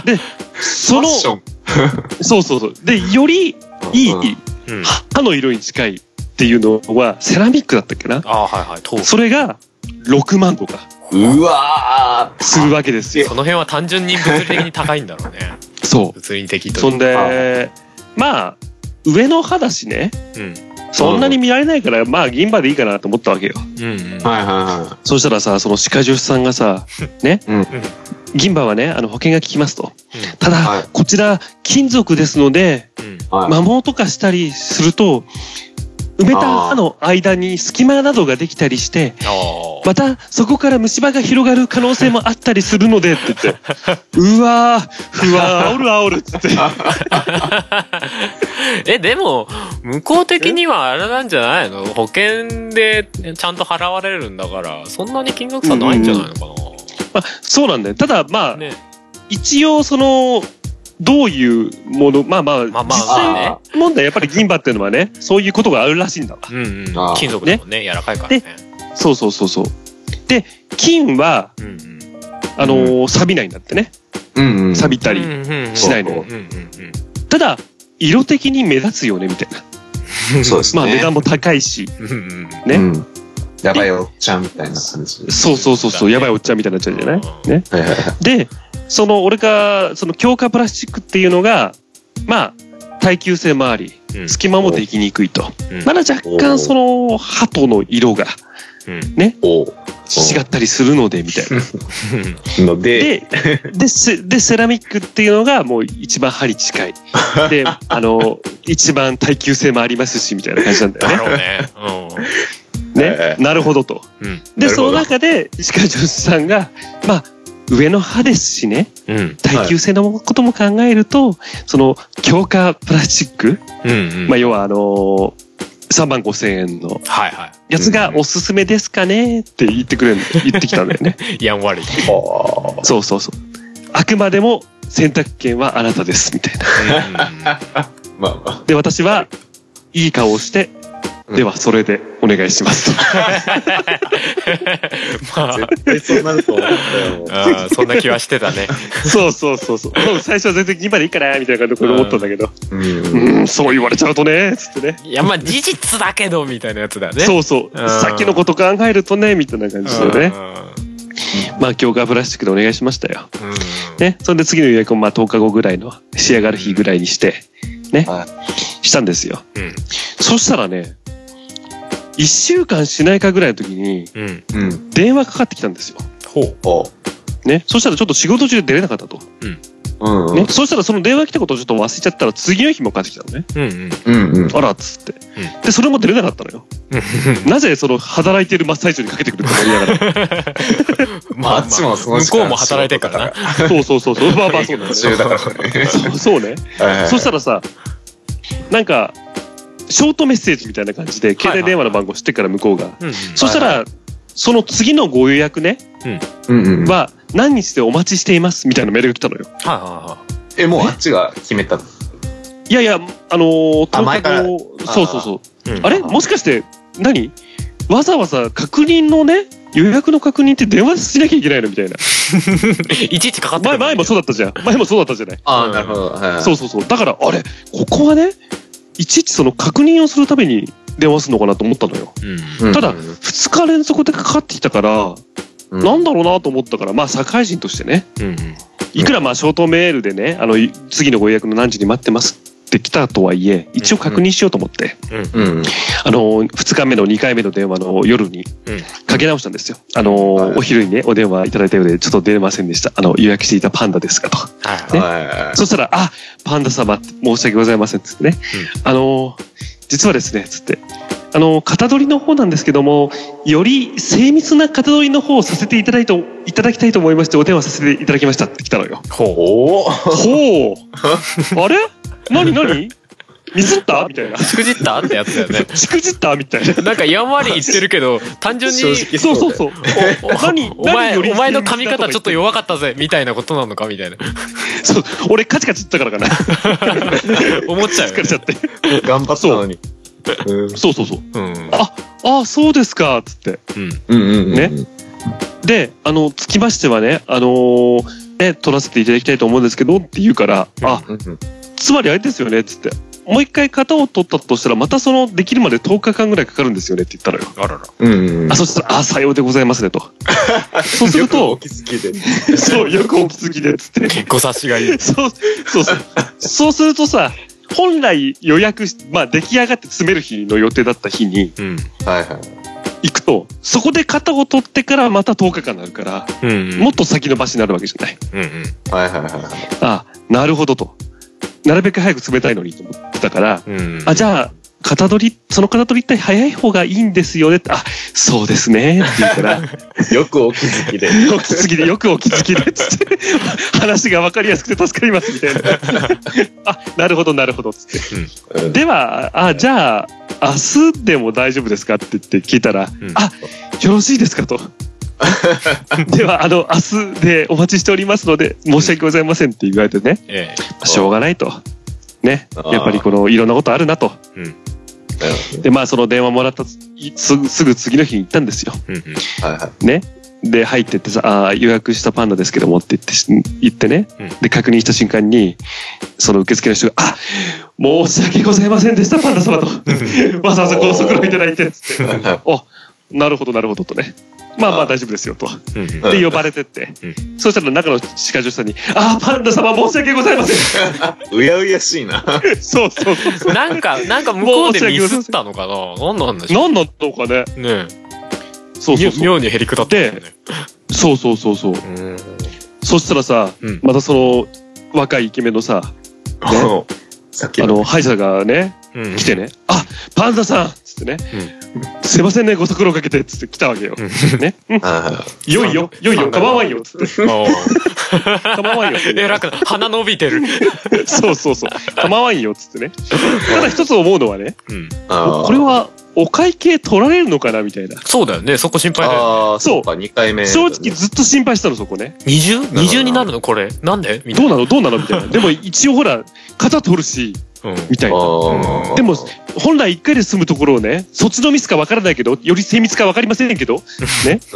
Speaker 5: で、そ
Speaker 4: フ
Speaker 5: の
Speaker 4: ァッ、ション
Speaker 5: そうそうそう。で、よりい
Speaker 4: うん
Speaker 5: い
Speaker 3: うん。
Speaker 5: 歯の色に近いっていうのは、セラミックだったっけな
Speaker 3: ああ、はいはい。豆腐。
Speaker 5: それが6万とか
Speaker 4: うわー
Speaker 5: するわけですよ。
Speaker 3: その辺は単純に物理的に高いんだろうね。
Speaker 5: そ
Speaker 3: 物理的
Speaker 5: う。
Speaker 3: と
Speaker 5: そ
Speaker 3: い
Speaker 5: ん
Speaker 3: う
Speaker 5: で、まあ、上の歯だしね、
Speaker 3: うん
Speaker 5: そんなに見られないから、まあ、銀歯でいいかなと思ったわけよ。
Speaker 3: うんうん
Speaker 4: はいは
Speaker 5: そしたらさ、その歯科助手さんがさ、 ね
Speaker 4: うん、
Speaker 5: 銀歯はね、あの保険が効きますと
Speaker 3: うん。
Speaker 5: た
Speaker 4: は
Speaker 5: だ
Speaker 4: い、
Speaker 5: こちら、金属ですので、
Speaker 3: うん
Speaker 4: いはい。
Speaker 5: 摩耗とかしたりすると、埋めた歯の間に隙間などができたりして、
Speaker 3: ああ
Speaker 5: またそこから虫歯が広がる可能性もあったりするのでって 言って、うわー、ふわー、おる あおるっつって。
Speaker 3: え、でも、向こう的にはあれなんじゃないの保険でちゃんと払われるんだから、そんなに金額差ないんじゃないのかな、
Speaker 5: まあ、そうなんだよ。ただまあ、
Speaker 3: ね。
Speaker 5: 一応その、どういうもの、まあまあ、
Speaker 3: まあま
Speaker 5: 実
Speaker 3: あ
Speaker 5: 際
Speaker 3: ま
Speaker 5: 問題やっぱり銀歯っていうのはね、そういうことがあるらしいんだわ。
Speaker 3: あね。うんうん
Speaker 4: あ。ー
Speaker 3: 金属でもんね、柔らかいからね。
Speaker 5: そうそうそうそう。で、金は、
Speaker 3: うんうん。
Speaker 5: あのー錆びないんだってね。
Speaker 4: うんうん。
Speaker 5: 錆びたり。
Speaker 3: り
Speaker 5: しない
Speaker 4: の
Speaker 3: うんうんうん。
Speaker 5: ただ、色的に目立つよね、みたいな。
Speaker 4: そうですね。
Speaker 5: まあ値段も高いし。
Speaker 3: うんうん
Speaker 5: ね
Speaker 4: うん。やばいおっちゃんみたいな感じで。
Speaker 5: そうそうそうそう、やばいおっちゃんみたいになっちゃうじゃないね。
Speaker 4: はいはいはい。
Speaker 5: で、その俺が、その強化プラスチックっていうのが、まあ、耐久性もあり、
Speaker 3: うん
Speaker 5: 隙間もできにくいと。
Speaker 3: うん
Speaker 5: まだ若干その、鳩の色が
Speaker 3: うん
Speaker 4: おう
Speaker 5: 違ったりするので、みたいな。
Speaker 4: ので、
Speaker 5: で、で、セでセラミックっていうのがもう一番歯に近い。で、あの、一番耐久性もありますし、みたいな感じなんだ
Speaker 3: だ
Speaker 5: よ
Speaker 3: ろうね。
Speaker 4: え
Speaker 5: ね。ね。
Speaker 4: え
Speaker 5: なるほどと。
Speaker 3: うん。
Speaker 5: で、
Speaker 4: なる
Speaker 5: そ
Speaker 4: ほど
Speaker 5: の中で、石川ジョージさんが、まあ、上の歯ですしね、
Speaker 3: うん。うん。
Speaker 5: 耐久性のことも考えると、その、強化プラスチック、
Speaker 3: うんうん。
Speaker 5: まあ、要はあのー、3万5千円の
Speaker 3: はいは
Speaker 5: やつがおすすめですかねって言ってくれる、言ってきたんだよね。
Speaker 3: い。やんわり。
Speaker 4: ほう
Speaker 5: そうそうそう。あくまでも選択権はあなたです、みたいな。
Speaker 4: まあま
Speaker 5: で、私は、いい顔をして、
Speaker 4: うん
Speaker 5: では、それでお願いしますと。
Speaker 3: ま
Speaker 4: あ、
Speaker 3: あ、
Speaker 4: 絶対そうなると思ったよ。
Speaker 3: あーそんな気はしてたね。
Speaker 5: そうそうそうそう。もう最初は全然今でいいかな、みたいな感じで思ったんだけど、
Speaker 4: うん。
Speaker 5: うん、そう言われちゃうとね、つってね。
Speaker 3: いや、まあ事実だけど、みたいなやつだね。
Speaker 5: そうそう。
Speaker 3: うん
Speaker 5: さっきのこと考えるとね、みたいな感
Speaker 3: う
Speaker 5: じですよ
Speaker 3: ん
Speaker 5: ね。まあ、強化プラスチックでお願いしましたよ。
Speaker 3: うん
Speaker 5: ね。それで次の予約をまあ10日後ぐらいの仕上がる日ぐらいにして、ね
Speaker 4: は。
Speaker 5: したんですよ。
Speaker 3: うん
Speaker 5: そしたらね、1週間しないかぐらいの時に
Speaker 3: うん。
Speaker 4: うん。
Speaker 5: 電話かかってきたんですよ。
Speaker 3: ほう。
Speaker 4: ほ
Speaker 5: ね。そしたらちょっと仕事中で出れなかったと。
Speaker 4: う。うん。
Speaker 5: ね。そしたらその電話来たことをちょっと忘れちゃったら次の日もかかってきたのね。
Speaker 3: うんうん。
Speaker 4: うんうん。
Speaker 5: あらっつって。で、それも出れなかったのよ。なぜその働いてる真っ最中にかけてくると思いながら。
Speaker 4: あっちもその
Speaker 3: 向
Speaker 4: 時
Speaker 3: こ
Speaker 4: 間
Speaker 3: うも働いてるからな。
Speaker 5: そうそうそうそう。まあまあそうな
Speaker 4: 途
Speaker 5: んで すよ
Speaker 4: 中。だからね。
Speaker 5: そう そうね。そしたらさ、なんか、ショートメッセージみたいな感じで、携帯電話の番号知ってっから向こうが。
Speaker 3: うんうん
Speaker 5: そしたら、その次のご予約ね、
Speaker 4: うんうん。
Speaker 5: は、何日でお待ちしていますみたいなメールが来たのよ。
Speaker 3: はいは
Speaker 4: え、もうあっちが決めた。
Speaker 5: いやいや、あのー、
Speaker 4: あ前から
Speaker 5: 10日後そうそうそう。
Speaker 3: いはい。
Speaker 5: あれもしかして、何わざわざ確認のね、予約の確認って電話しなきゃいけないのみたいな。
Speaker 3: れいちいちかかってく
Speaker 5: 前、
Speaker 3: る
Speaker 5: 前もそうだったじゃん。前もそうだったじゃない。
Speaker 4: ああ、なるほど。はい
Speaker 5: そうそうそう。だから、あれ、ここはね、いちいちその確認をするために電話するのかなと思ったのよ。
Speaker 3: うん。
Speaker 4: うん
Speaker 5: ただ
Speaker 4: うん
Speaker 5: 2日連続でかかってきたから、
Speaker 4: うん
Speaker 5: なんだろうなと思ったから、まあ、社会人としてね、
Speaker 3: うん
Speaker 5: いくらまあ、ショートメールでね、あの、い次のご予約の何時に待ってますって来たとはいえ、一応確認しようと思って、
Speaker 4: うん。
Speaker 5: あの、2日目の2回目の電話の夜に
Speaker 3: うん
Speaker 5: かけ直したんですよ。あの、
Speaker 4: はい
Speaker 5: お昼にね、お電話いただいたようで、ちょっと出れませんでした。あの、予約していたパンダですがと。
Speaker 3: はい
Speaker 5: ね
Speaker 4: は
Speaker 5: そしたら、あ、パンダ様、申し訳ございません、つってね。あの、実はですね、つって。あの、型取りの方なんですけども、より精密な型取りの方をさせていただいと、いただきたいと思いまして、お電話させていただきましたって来たのよ。
Speaker 4: い。おお。
Speaker 5: ほう。あれ何何ミスったみたいな。
Speaker 3: しくじったってやつだよね。
Speaker 5: しくじったみたいな。
Speaker 3: なんかやんわり言ってるけど、単純に、
Speaker 4: 正直
Speaker 5: そうそうそう。
Speaker 3: おお
Speaker 5: 何
Speaker 3: お前、
Speaker 5: 何より
Speaker 3: お前の髪型ちょっと弱かったぜ、みたいなことなのかみたいな。
Speaker 5: そう、俺カチカチ言ったからかな。
Speaker 3: 思っちゃうよね、
Speaker 5: 疲れちゃって。
Speaker 4: 頑張ったのに。うん
Speaker 5: そうそうそう。
Speaker 3: うん。
Speaker 5: ああ、そうですか、つって。
Speaker 3: うん。
Speaker 4: うんうんうん。
Speaker 5: ねで、あの、つきましてはね、あのーね、取らせていただきたいと思うんですけど、って言うから、あ、
Speaker 4: うんうん。
Speaker 5: つまりあれですよね、つって。もう一回型を取ったとしたら、またその、できるまで10日間ぐらいかかるんですよねって言ったのよ。
Speaker 3: あらら。
Speaker 4: うんうん。
Speaker 5: あ、そしたら、あ、さようでございます ね、と。そうする
Speaker 4: よ
Speaker 5: と
Speaker 4: く、お気づきで。
Speaker 5: そう、よくお気づきで、つって。
Speaker 3: 結構察しがいい。
Speaker 5: そう、そうそう。そうするとさ、本来予約し、まあ出来上がって詰める日の予定だった日に
Speaker 3: うん。
Speaker 4: はいはい。
Speaker 5: 行くと、そこで型を取ってからまた10日間になるから、
Speaker 3: うん、うん。
Speaker 5: もっと先延ばしになるわけじゃない。
Speaker 3: うんうん。
Speaker 4: はいはいはいはい。
Speaker 5: あなるほどと。なるべく早く冷たいのにと思ってたから、
Speaker 3: うん、
Speaker 5: あ、じゃあ、型取り、その型取りって早い方がいいんですよねって、あ、そうですね、って言うから、
Speaker 4: よくお気づきで。
Speaker 5: お気づきで、よくお気づきで、つって、話が分かりやすくて助かります、みたいな。 あ、なるほど、なるほど、つって。
Speaker 4: うん
Speaker 5: では、あ、じゃあ、明日でも大丈夫ですかって言って聞いたら、
Speaker 3: ん
Speaker 5: あ、よろしいですかと。では、あの、明日でお待ちしておりますので、申し訳ございませんって言われてね、
Speaker 3: え
Speaker 5: しょうがないと。ね。
Speaker 4: あー
Speaker 5: やっぱりこの、いろんなことあるなと。で、まあ、その電話もらったつ、すぐ、すぐ次の日に行ったんですよ。
Speaker 3: え。うんうん。
Speaker 4: はいはい。
Speaker 5: ね。で、入ってってさ、あー予約したパンダですけどもって言ってし、言ってね
Speaker 3: うん。
Speaker 5: で、確認した瞬間に、その受付の人が、あ申し訳ございませんでした、パンダ様と。わざわざ高速のいただいて、つって。お、なるほど、なるほどとね。まあまあ
Speaker 4: あー
Speaker 5: 大丈夫ですよ、と。
Speaker 3: うんうん
Speaker 4: うん
Speaker 5: で、呼ばれてって
Speaker 3: う。
Speaker 5: そうしたら中の歯科助手さんに、あーパンダ様申し訳ござい ません。
Speaker 4: うやうやしいな。
Speaker 5: そうそうそうそう。
Speaker 3: なんか、なんか向こうでミスったのかな何なんでしょ
Speaker 5: 何なんだろうかね。
Speaker 3: うね
Speaker 5: そうそう
Speaker 3: 妙
Speaker 5: そう。
Speaker 3: 妙にへりくだってますよね。
Speaker 5: そうそうそうそう。
Speaker 3: うん
Speaker 5: そしたらさ、
Speaker 3: うん
Speaker 5: またその若いイケメンのさ、
Speaker 4: さっき
Speaker 5: あ
Speaker 4: の。
Speaker 5: の、歯医者がね、
Speaker 3: うん
Speaker 5: 来てね、あパンダさんつってね、すいませんね、ご足労かけてつって来たわけよ。ね、うん
Speaker 4: あ
Speaker 5: い よいよ、いよいよ、構わんよ、つって、
Speaker 3: おー
Speaker 5: 構わん よ。
Speaker 3: えらくな鼻伸びてる。
Speaker 5: そうそうそう、構わんよ、つって ね。ただ一つ思うのはね、
Speaker 3: うん
Speaker 4: あ
Speaker 5: これはお会計取られるのかな、みたいな。
Speaker 3: そうだよね。そこ心配だよ。
Speaker 4: ああ、
Speaker 5: そ
Speaker 4: そううか、2回目。
Speaker 5: 正直ずっと心配したの、そこね。
Speaker 3: 二重二重になるのこれ。なんでみたい
Speaker 5: どうなのどうなのみたいな。でも一応ほら、肩取るし、
Speaker 3: な。うん
Speaker 5: みたいな。
Speaker 4: ああ。
Speaker 5: でも本来1回で済むところをね、そっちのミスかわからないけど、より精密かわかりませんけど、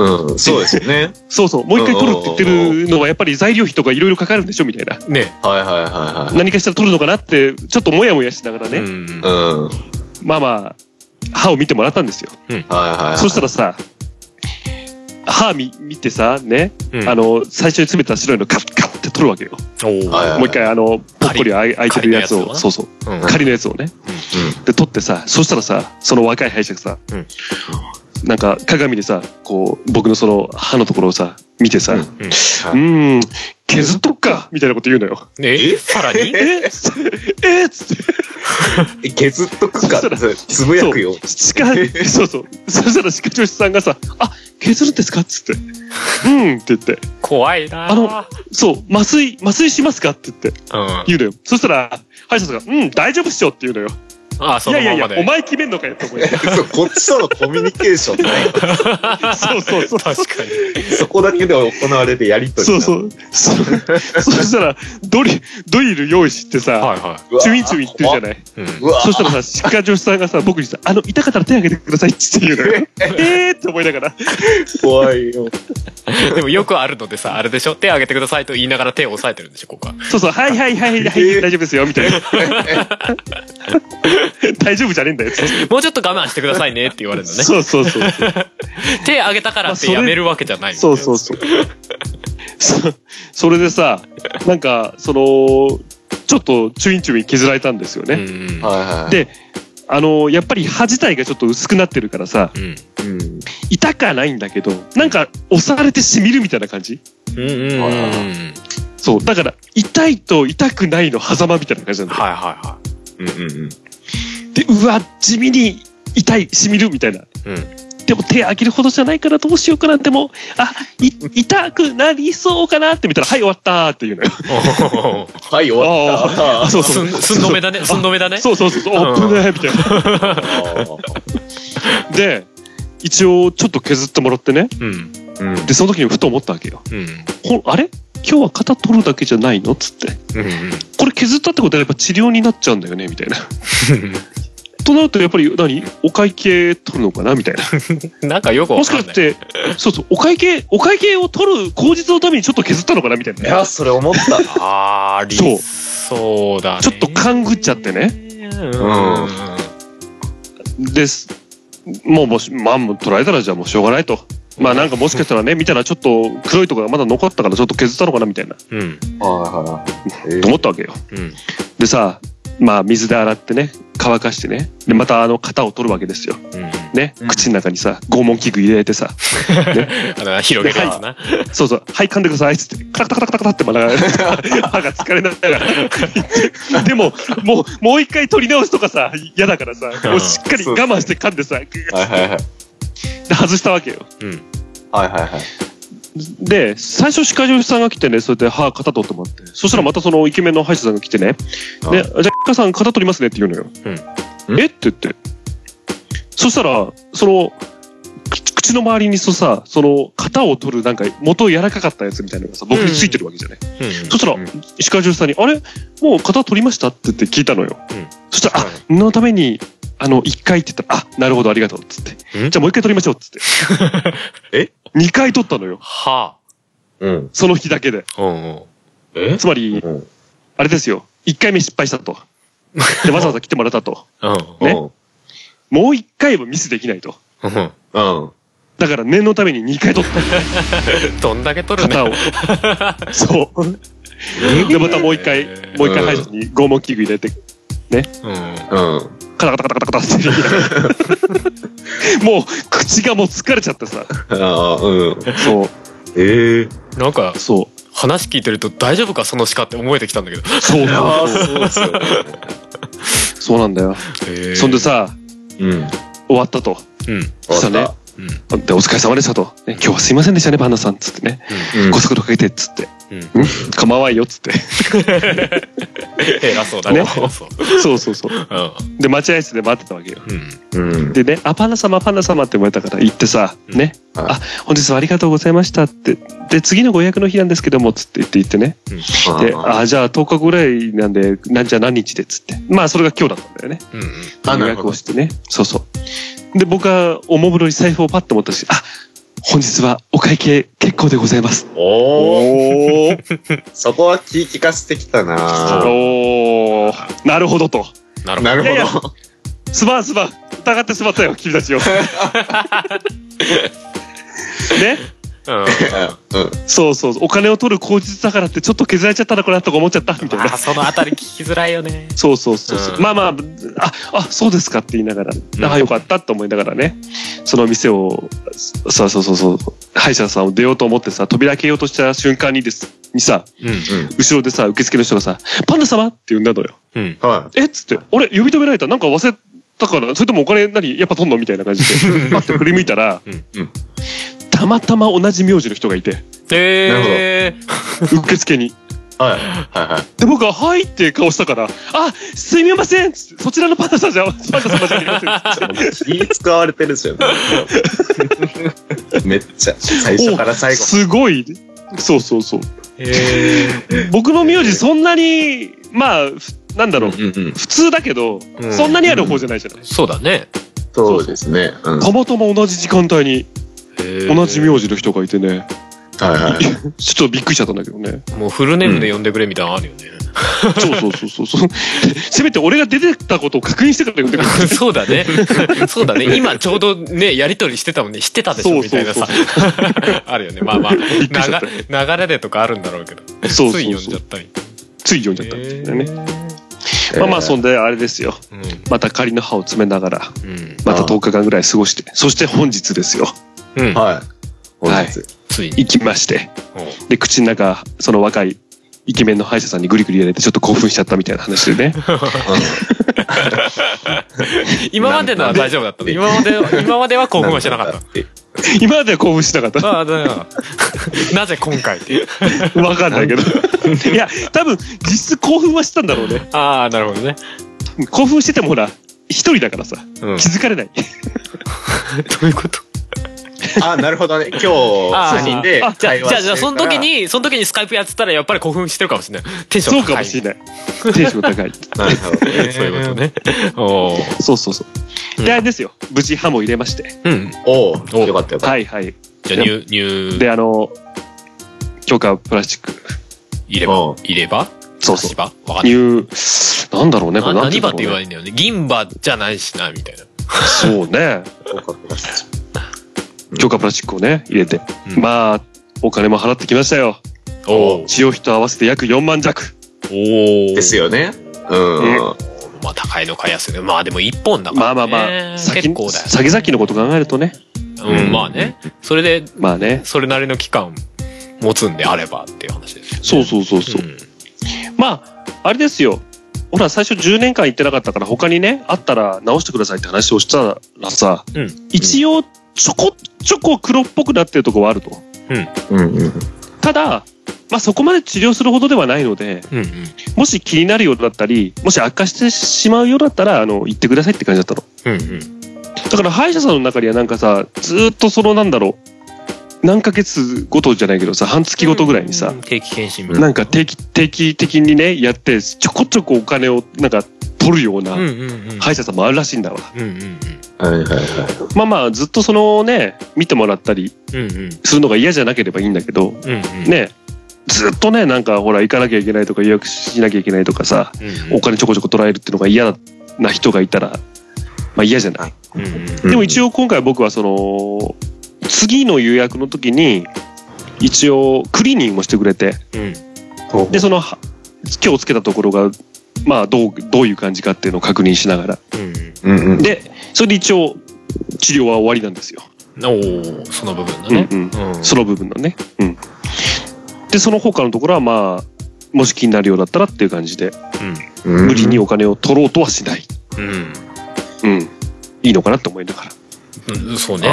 Speaker 4: うん、そうですよね。
Speaker 5: そうそう、もう一回取るって言ってるのは、やっぱり材料費とかいろいろかかるんでしょみたいな。
Speaker 3: ね。
Speaker 4: はいはいはいはい。
Speaker 5: 何かしたら取るのかなって、ちょっともやもやしながらね、
Speaker 3: うん
Speaker 4: うん。はい
Speaker 5: まあまあ、歯を見てもらったんですよ。
Speaker 4: はいはい。
Speaker 5: そしたらさ、歯見見てさ、ね、
Speaker 3: うん
Speaker 5: あの、最初に詰めた白いのカッカッって取るわけよ。
Speaker 3: おー
Speaker 4: はいはい
Speaker 5: もう一回、あの、ポッコリあい開いてるやつ
Speaker 3: 仮の
Speaker 5: を、
Speaker 3: やつをね
Speaker 5: そうそう、
Speaker 3: うん
Speaker 5: 仮のやつをね。で、取ってさ、そしたらさ、その若い歯医者がさ、
Speaker 3: うん
Speaker 5: なんか鏡でさ、こう、僕のその歯のところをさ、見てさ、
Speaker 4: う
Speaker 5: うんん、ーん削っとっかみたいなこと言うのよ。
Speaker 3: えさら に
Speaker 5: ええっつって。
Speaker 4: え削っとくか
Speaker 5: そしたら
Speaker 4: つぶやくよ。
Speaker 5: しかそうそう。そしたら歯科助手さんがさ、あ、削るんですかっつって。うんって言って。
Speaker 3: 怖いなー
Speaker 5: あのそう、麻酔、麻酔しますかって言って、
Speaker 3: うん。
Speaker 5: 言うのよ。そしたら、歯医者さんが、うん、大丈夫っしょって言うのよ。
Speaker 3: あ、
Speaker 5: い
Speaker 3: そ
Speaker 5: や
Speaker 3: の
Speaker 5: いや
Speaker 3: ま
Speaker 5: い
Speaker 3: ま
Speaker 5: や、お
Speaker 3: で。
Speaker 5: 前決めんのかよって 思いなが
Speaker 4: そうこっちとのコミュニケーションないわ
Speaker 5: らそうそうそう。
Speaker 3: 確かに。
Speaker 4: そこだけで行われるやりとり。
Speaker 5: そうそうう。そそ したら、ドリ、ドリル用意してさ、
Speaker 3: はいは
Speaker 4: うわ
Speaker 5: チュインチュイン言ってるじゃない。
Speaker 3: い。うん
Speaker 4: うわ
Speaker 5: そしたらさ、歯科助手さんがさ、僕にさ、あの、痛かったら手挙げてくださいっつって言うのよ。えーって思いながら。
Speaker 4: 怖いよ。
Speaker 3: でもよくあるのでさ、あれでしょ手挙げてくださいと言いながら手を押さえてるんでしょ、ここは。
Speaker 5: そうそう、はいはいはいはい、大丈夫ですよ、みたいな。 大丈夫じゃねえんだよ、つって
Speaker 3: もうちょっと我慢してくださいねって言われるのね。
Speaker 5: そうそうそう。
Speaker 3: 手挙げたからってやめるわけじゃない。
Speaker 5: そうそうそう。そそれでさ、なんか、その、ちょっとチュインチュイン削られたんですよ
Speaker 3: う
Speaker 5: ね。
Speaker 3: ん
Speaker 4: はいはい。
Speaker 5: であのやっぱり歯自体がちょっと薄くなってるからさ、
Speaker 3: うん。
Speaker 4: うん。
Speaker 5: 痛くはないんだけど、なんか押されてしみるみたいな感じ
Speaker 3: うんうんうんうん。
Speaker 5: そう。だから、痛いと痛くないの狭間みたいな感じなんだよ。
Speaker 3: はいは
Speaker 4: うんうん
Speaker 5: で、うわ、地味に痛い、しみるみたいな。
Speaker 3: いはい。うん。
Speaker 5: でも手上げるほどじゃないからどうしようかなってもう、あ、い痛くなりそうかなって見たら、はい、終わったーっていうのよ。
Speaker 3: おー
Speaker 4: はい、終わった。
Speaker 5: あ、そう そ
Speaker 3: す
Speaker 5: う。
Speaker 3: んすんのめだね。すんのめだね。
Speaker 5: そうそうそうそう、
Speaker 3: うん
Speaker 5: あぶねえみたいな。で、一応ちょっと削ってもらってね。
Speaker 3: うん。
Speaker 4: うん。
Speaker 5: で、その時にふと思ったわけよ。
Speaker 3: うん。
Speaker 5: ほあれ今日は肩取るだけじゃないのつって。
Speaker 3: うん
Speaker 5: これ削ったってことはやっぱ治療になっちゃうんだよねみたいな。 となるとやっぱり何お会計取るのかなみたいな。
Speaker 3: うん。なんかよくわ
Speaker 5: もし
Speaker 3: か
Speaker 5: か
Speaker 3: んない。
Speaker 5: して、そうそう、お会計、お会計を取る口実のためにちょっと削ったのかなみたい
Speaker 4: い
Speaker 5: な。
Speaker 4: や、それ思った。
Speaker 3: あーりそうだね。
Speaker 5: ちょっと勘ぐっちゃってね。
Speaker 3: うん。
Speaker 4: ん
Speaker 5: です。もうもうし、まあ、もう取られたらじゃあもうしょうがないと。まあなんかもしかしたらね、見たらちょっと黒いとこがまだ残ったからちょっと削ったのかなみたいな、
Speaker 3: うん。
Speaker 4: はいはい
Speaker 5: と思ったわけよ。
Speaker 3: うん。
Speaker 5: でさ、まあ水で洗ってね、乾かしてね、でまたあの型を取るわけですよ。
Speaker 3: うん。
Speaker 5: ね、
Speaker 4: うん
Speaker 5: 口の中にさ、拷問器具入れてさ、
Speaker 3: あの、広げるやつな。
Speaker 5: そうそう、はい噛んでくださいっつって、カタカタカタカタってまだ 歯が疲れながら。でも、もう、もう一回取り直すとかさ、嫌だからさ、もうしっかり我慢して噛んでさ、グー
Speaker 4: はいはいはい。
Speaker 5: ッて外したわけよ。
Speaker 3: うん。
Speaker 4: はいはいはい。
Speaker 5: で、最初、歯科助手さんが来てね、それで歯肩取ってもらって、そしたらまたそのイケメンの歯医者さんが来てね、
Speaker 4: あ
Speaker 5: で、じゃあ、歯科さん肩取りますねって言うのよ。
Speaker 3: うん
Speaker 4: うん
Speaker 5: えって言って。そしたら、その、口口の周りにそうさ、その型を取るなんか元柔らかかったやつみたいなのがさ、僕についてるわけじゃない。そしたら
Speaker 3: うん、
Speaker 5: 石川純さんに、あれもう型取りましたって言って聞いたのよ。
Speaker 3: うん
Speaker 5: そしたら、あ、のために、あの、一回って言ったら、あ、なるほど、ありがとう、つって。
Speaker 3: ん
Speaker 5: じゃあもう一回取りましょう、つって。
Speaker 4: え
Speaker 5: 二回取ったのよ。
Speaker 3: は
Speaker 4: うん。
Speaker 5: その日だけで。
Speaker 3: あ。うんうん。
Speaker 4: え
Speaker 5: つまり、
Speaker 4: うん。
Speaker 5: あれですよ。一回目失敗したと。で、わざわざ来てもらったと。
Speaker 3: うん。
Speaker 4: う
Speaker 5: ね
Speaker 4: ん。
Speaker 5: もう一回はミスできないと。
Speaker 3: うん
Speaker 4: うん。
Speaker 5: だから念のために二回取 った
Speaker 3: どんだけ取るね。
Speaker 5: 型を。 そう。で、またもう一回、もう一回歯医者に拷問器具入れて、
Speaker 3: うん。
Speaker 4: うん。
Speaker 5: カタカタカタカタカタって入れて。もう、口がもう疲れちゃってさ。
Speaker 4: ああ、うん。
Speaker 5: そ
Speaker 4: ええ。
Speaker 3: なんか
Speaker 5: う、、そう。
Speaker 3: 話聞いてると大丈夫かその鹿って思えてきたんだけど。
Speaker 5: そう
Speaker 4: あ
Speaker 5: な
Speaker 4: あ、
Speaker 5: んだよ。
Speaker 4: そうですよ。
Speaker 5: そうなんだよ。
Speaker 3: へー
Speaker 5: そんで、さ、
Speaker 4: うん。
Speaker 5: 終わったと。
Speaker 3: うん。
Speaker 5: そしたらね。
Speaker 3: うん。
Speaker 5: で、お疲れ様でしたと。ね今日はすいませんでしたね、パンダさん。つってね。
Speaker 4: うん
Speaker 5: ご足労かけて、つって。
Speaker 3: うん。
Speaker 5: ん構わんよ、つって。
Speaker 3: 偉そうだね。
Speaker 5: ね
Speaker 3: 偉そう。
Speaker 5: そうそうそう。
Speaker 3: うん。
Speaker 5: で、待合室で待ってたわけよ。
Speaker 3: うん。
Speaker 4: うん。
Speaker 5: でね、あ、パンダ様、パンダ様って思われたから言ってさ、
Speaker 3: うん
Speaker 5: ね、
Speaker 4: はい
Speaker 5: あ、本日はありがとうございましたって。で、次のご予約の日なんですけども、つって言って言ってね。で、
Speaker 4: あ
Speaker 5: あ、じゃあ10日ぐらいなんで、なんじゃあ何日で、つって。まあ、それが今日だったんだよね。
Speaker 3: うん。
Speaker 4: あな
Speaker 5: 予
Speaker 4: るほ
Speaker 5: 約
Speaker 4: ど
Speaker 5: をしてね。そうそう。で、僕はおもむろに財布をパッと持ったし、あ、本日はお会計結構でございます。
Speaker 4: おお。
Speaker 5: おー
Speaker 4: そこは気利かせてきたな
Speaker 5: おーなるほどと。
Speaker 3: なるほど。
Speaker 4: なる
Speaker 5: いやいや
Speaker 4: ほど。
Speaker 5: すまんすまん。疑ってすまったよ、 君たちを。ね
Speaker 3: うん。
Speaker 4: うん。
Speaker 5: そうそうそう。お金を取る口実だからってちょっと削られちゃったな、これなとか思っちゃった、みたい
Speaker 3: あー
Speaker 5: な。
Speaker 3: そのあたり聞きづらいよね。
Speaker 5: そうそうそうそう、
Speaker 3: うん
Speaker 5: まあまあ、あ、あ、そうですかって言いながら、
Speaker 3: ん
Speaker 5: ああ、よかったって思いながらね、その店を、そうそうそうそう、歯医者さんを出ようと思ってさ、扉開けようとした瞬間にです、にさ、
Speaker 3: うん。
Speaker 4: うん。
Speaker 5: 後ろでさ、受付の人がさ、パンダ様って呼んだのよ。
Speaker 3: うん。
Speaker 4: は
Speaker 5: えっつって、俺、呼び止められた。なんか忘れたから、それともお金何やっぱ取んのみたいな感じで、パッて振り向いたら、
Speaker 3: うん
Speaker 4: うん
Speaker 5: たまたま同じ名字の人がいて、
Speaker 3: えー。
Speaker 5: 受付に。
Speaker 4: い。はい。はいはい。
Speaker 5: で、僕は、はいって顔したから、あ、すみませんっつってそちらのパンダさんじゃ、パンダ様じゃありませんっつって。
Speaker 4: 気使われてるじゃん。めっちゃ、最初から最後。
Speaker 5: すごい。そうそうそう。
Speaker 3: え
Speaker 5: 僕の名字そんなに、まあ、ふなんだろう。
Speaker 4: うんうん。
Speaker 5: 普通だけど、
Speaker 3: うん
Speaker 5: そんなにある方じゃないじゃない。
Speaker 3: ー。そうだね。
Speaker 4: そうですね。うん。は
Speaker 5: たまたま同じ時間帯に同じ名字の人がいてね、
Speaker 4: いはい。
Speaker 5: ちょっとびっくりしちゃったんだけ どね。
Speaker 3: 字。もうフルネームで呼んでくれみたいなのあるよね。
Speaker 5: そうそうそうそうそう。せめて俺が出てたことを確認してから呼んでくれ
Speaker 3: そうだ ね。そうだね。今ちょうどね、やりとりしてたもんね。知ってたでし
Speaker 5: そ
Speaker 3: ょ
Speaker 5: う
Speaker 3: み
Speaker 5: そ
Speaker 3: た
Speaker 5: う
Speaker 3: いな
Speaker 5: そう
Speaker 3: さ。 あるよね。まあまあ。流
Speaker 5: くりしちゃった
Speaker 3: 流れでとかあるんだろうけど。
Speaker 5: そうそう
Speaker 3: つい
Speaker 5: そう
Speaker 3: 読んじゃったり。
Speaker 5: つい呼んじゃったみたいなね。まあまあ、そ
Speaker 4: ん
Speaker 5: んであれですよ。
Speaker 3: う
Speaker 5: また仮の歯を詰めながら、
Speaker 3: ん。うん。
Speaker 5: また
Speaker 4: ああ
Speaker 5: 10日間ぐらい過ごして、そして本日ですよ。
Speaker 3: うん。
Speaker 4: はい。
Speaker 5: は
Speaker 4: 本
Speaker 5: い
Speaker 4: 日。
Speaker 3: ついに。
Speaker 5: 行きまして。
Speaker 3: おう
Speaker 5: で、口の中、その若いイケメンの歯医者さんにグリグリやれて、ちょっと興奮しちゃったみたいな話 でね。
Speaker 3: 今までのは大丈夫だったの今まで、今までは興奮はしてなかった
Speaker 4: た。え
Speaker 5: 今までは興奮しなかっ
Speaker 3: の。ああ、だよ。なぜ今回っていう。
Speaker 5: た。わかんないけど。いや、多分、実質興奮はしてたんだろうね。
Speaker 3: ああ、なるほどね。
Speaker 5: 興奮しててもほら、一人だからさ、
Speaker 3: うん。
Speaker 5: 気づかれない。
Speaker 3: どういうこと
Speaker 4: あ、なるほどね。今日、
Speaker 3: あー
Speaker 4: 3人で
Speaker 3: あ、じゃあ、
Speaker 4: 会
Speaker 3: じゃ
Speaker 4: 話してるから。
Speaker 3: あ、じゃあその時に、その時にスカイプやってたらやっぱり興奮してるかもしれない。テンショ
Speaker 5: そ
Speaker 3: ン
Speaker 5: う
Speaker 3: 高い。
Speaker 5: かもしれない。テンション高い。
Speaker 4: なるほどね。
Speaker 3: そういうことね。おー
Speaker 5: そうそうそうう。
Speaker 3: ん
Speaker 5: で、あれですよ。無事歯も入れまして。
Speaker 3: うん。
Speaker 4: お
Speaker 3: お
Speaker 4: およかったよかっ
Speaker 5: はいはい。
Speaker 3: じゃあ、入、入、
Speaker 5: で、あの、強化プラスチック。
Speaker 3: 入れ
Speaker 4: た。
Speaker 3: 歯
Speaker 4: おう
Speaker 3: 入れ歯
Speaker 5: そうそう
Speaker 3: 足。歯わかんない。
Speaker 5: 入、なんだろうね、こ
Speaker 3: な
Speaker 5: れなん
Speaker 3: 何
Speaker 5: て言
Speaker 3: 歯っ
Speaker 5: うん
Speaker 3: て言
Speaker 5: だろ
Speaker 3: わな
Speaker 5: うね。
Speaker 3: いんだよね。銀歯じゃないしな、みたいな。
Speaker 5: そ
Speaker 4: よ
Speaker 5: うね。
Speaker 4: かったよかった
Speaker 5: 強化プラスチックをね、入れて。
Speaker 3: うん
Speaker 5: まあ、お金も払ってきましたよ。
Speaker 3: おー
Speaker 5: 治療費と合わせて約4万弱。
Speaker 3: お
Speaker 4: です
Speaker 3: よ。
Speaker 4: よね。うん。
Speaker 3: まあ、高いの買いやすいね。まあ、でも一本だからね。
Speaker 5: まあまあまあ、先
Speaker 3: 結構だよね。
Speaker 5: 先々のこと考えるとね。
Speaker 3: うん、まあね。それで、
Speaker 5: まあね。
Speaker 3: それなりの期間持つんであればっていう話ですよね。
Speaker 5: そうそうそうそう。
Speaker 3: ん
Speaker 5: まあ、あれですよ。ほら、最初10年間行ってなかったから、他にね、あったら直してくださいって話をしたらさ、
Speaker 3: うん
Speaker 5: 一応、ちょこちょこ黒っぽくなってるとこはあると。
Speaker 4: うんうん。
Speaker 5: ただ、まあそこまで治療するほどではないので、
Speaker 3: うんうん。
Speaker 5: もし気になるようだったり、もし悪化してしまうようだったら、あの、行ってくださいって感じだったの。
Speaker 3: うんうん。
Speaker 5: だから歯医者さんの中にはなんかさずーっとそのなんだろう何ヶ月ごとじゃないけどさ半月ごとぐらいにさ、
Speaker 3: 定期検診みたいな
Speaker 5: なんか定期定期的にねやってちょこちょこお金をなんか取るような
Speaker 3: うんうんうん
Speaker 5: 歯医者さんもあるらしいんだわ、
Speaker 3: うんうんうん
Speaker 4: はいはいはい。
Speaker 5: まあまあずっとそのね見てもらったり
Speaker 3: うんうん
Speaker 5: するのが嫌じゃなければいいんだけど
Speaker 3: うんうん
Speaker 5: ねずっとねなんかほら行かなきゃいけないとか予約しなきゃいけないとかさ
Speaker 3: うん
Speaker 5: お金ちょこちょこ取られるっていうのが嫌な人がいたらまあ嫌じゃない
Speaker 3: うんうん
Speaker 5: でも一応今回僕はその次の予約の時に一応クリーニングもしてくれて
Speaker 3: うん
Speaker 4: 応
Speaker 5: でそのは今日つけたところがまあどうどういう感じかっていうのを確認しながら
Speaker 3: うん
Speaker 4: うんうん。
Speaker 5: でそれで一応治療は終わりなんですよ、
Speaker 3: うんおおその部分だね
Speaker 5: うんうん
Speaker 3: うん
Speaker 5: その部分のねうんでその他のところはまあもし気になるようだったらっていう感じで無理にお金を取ろうとはしない
Speaker 3: うん
Speaker 5: うんいいのかなと思いながら
Speaker 3: うんそうね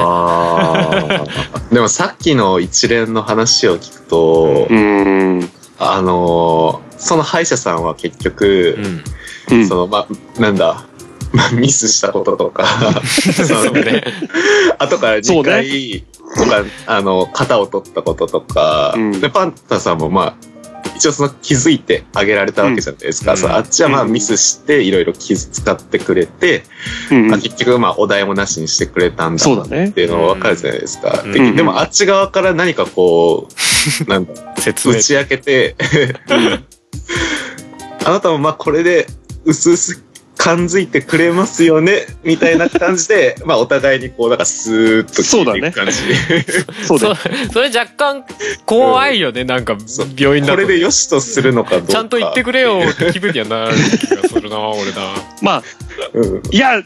Speaker 4: ああ。でもさっきの一連の話を聞くと、
Speaker 5: うーん
Speaker 4: あのーその歯医者さんは結局
Speaker 3: う、ん
Speaker 5: うん
Speaker 4: その、ま、なんだ、まあ、ミスしたことと か、
Speaker 3: そうね
Speaker 4: 後から
Speaker 5: そ
Speaker 4: 2
Speaker 5: うね
Speaker 4: 回とか、あの、型を取ったこととか、
Speaker 5: うん
Speaker 4: で、パンタさんもまあ、一応その気づいてあげられたわけじゃないですか。
Speaker 3: うん
Speaker 4: そうあっちはまあ
Speaker 5: うん
Speaker 4: ミスしていろいろ気使ってくれて、
Speaker 5: うん
Speaker 4: まあ、結局まあお題もなしにしてくれたんだ
Speaker 5: そうだね
Speaker 4: っていうのはわかるじゃないですか。
Speaker 3: うん
Speaker 4: で
Speaker 5: うん
Speaker 4: でもあっち側から何かこ う、なんだ
Speaker 3: 説
Speaker 4: 打
Speaker 3: 明
Speaker 4: ち明けて、あなたもまあこれで、うすうす感づいてくれますよね、みたいな感じで、まあお互いにこう、なんかスーッと聞いていく感じ。
Speaker 5: そうだよ
Speaker 3: そそれ若干怖いよねなんか
Speaker 4: そう
Speaker 3: 病院だ
Speaker 4: ことれでよしとするのかどうか。
Speaker 3: ちゃんと言ってくれよって気分にはなる気がするな俺
Speaker 5: まあ
Speaker 4: うん。
Speaker 5: いや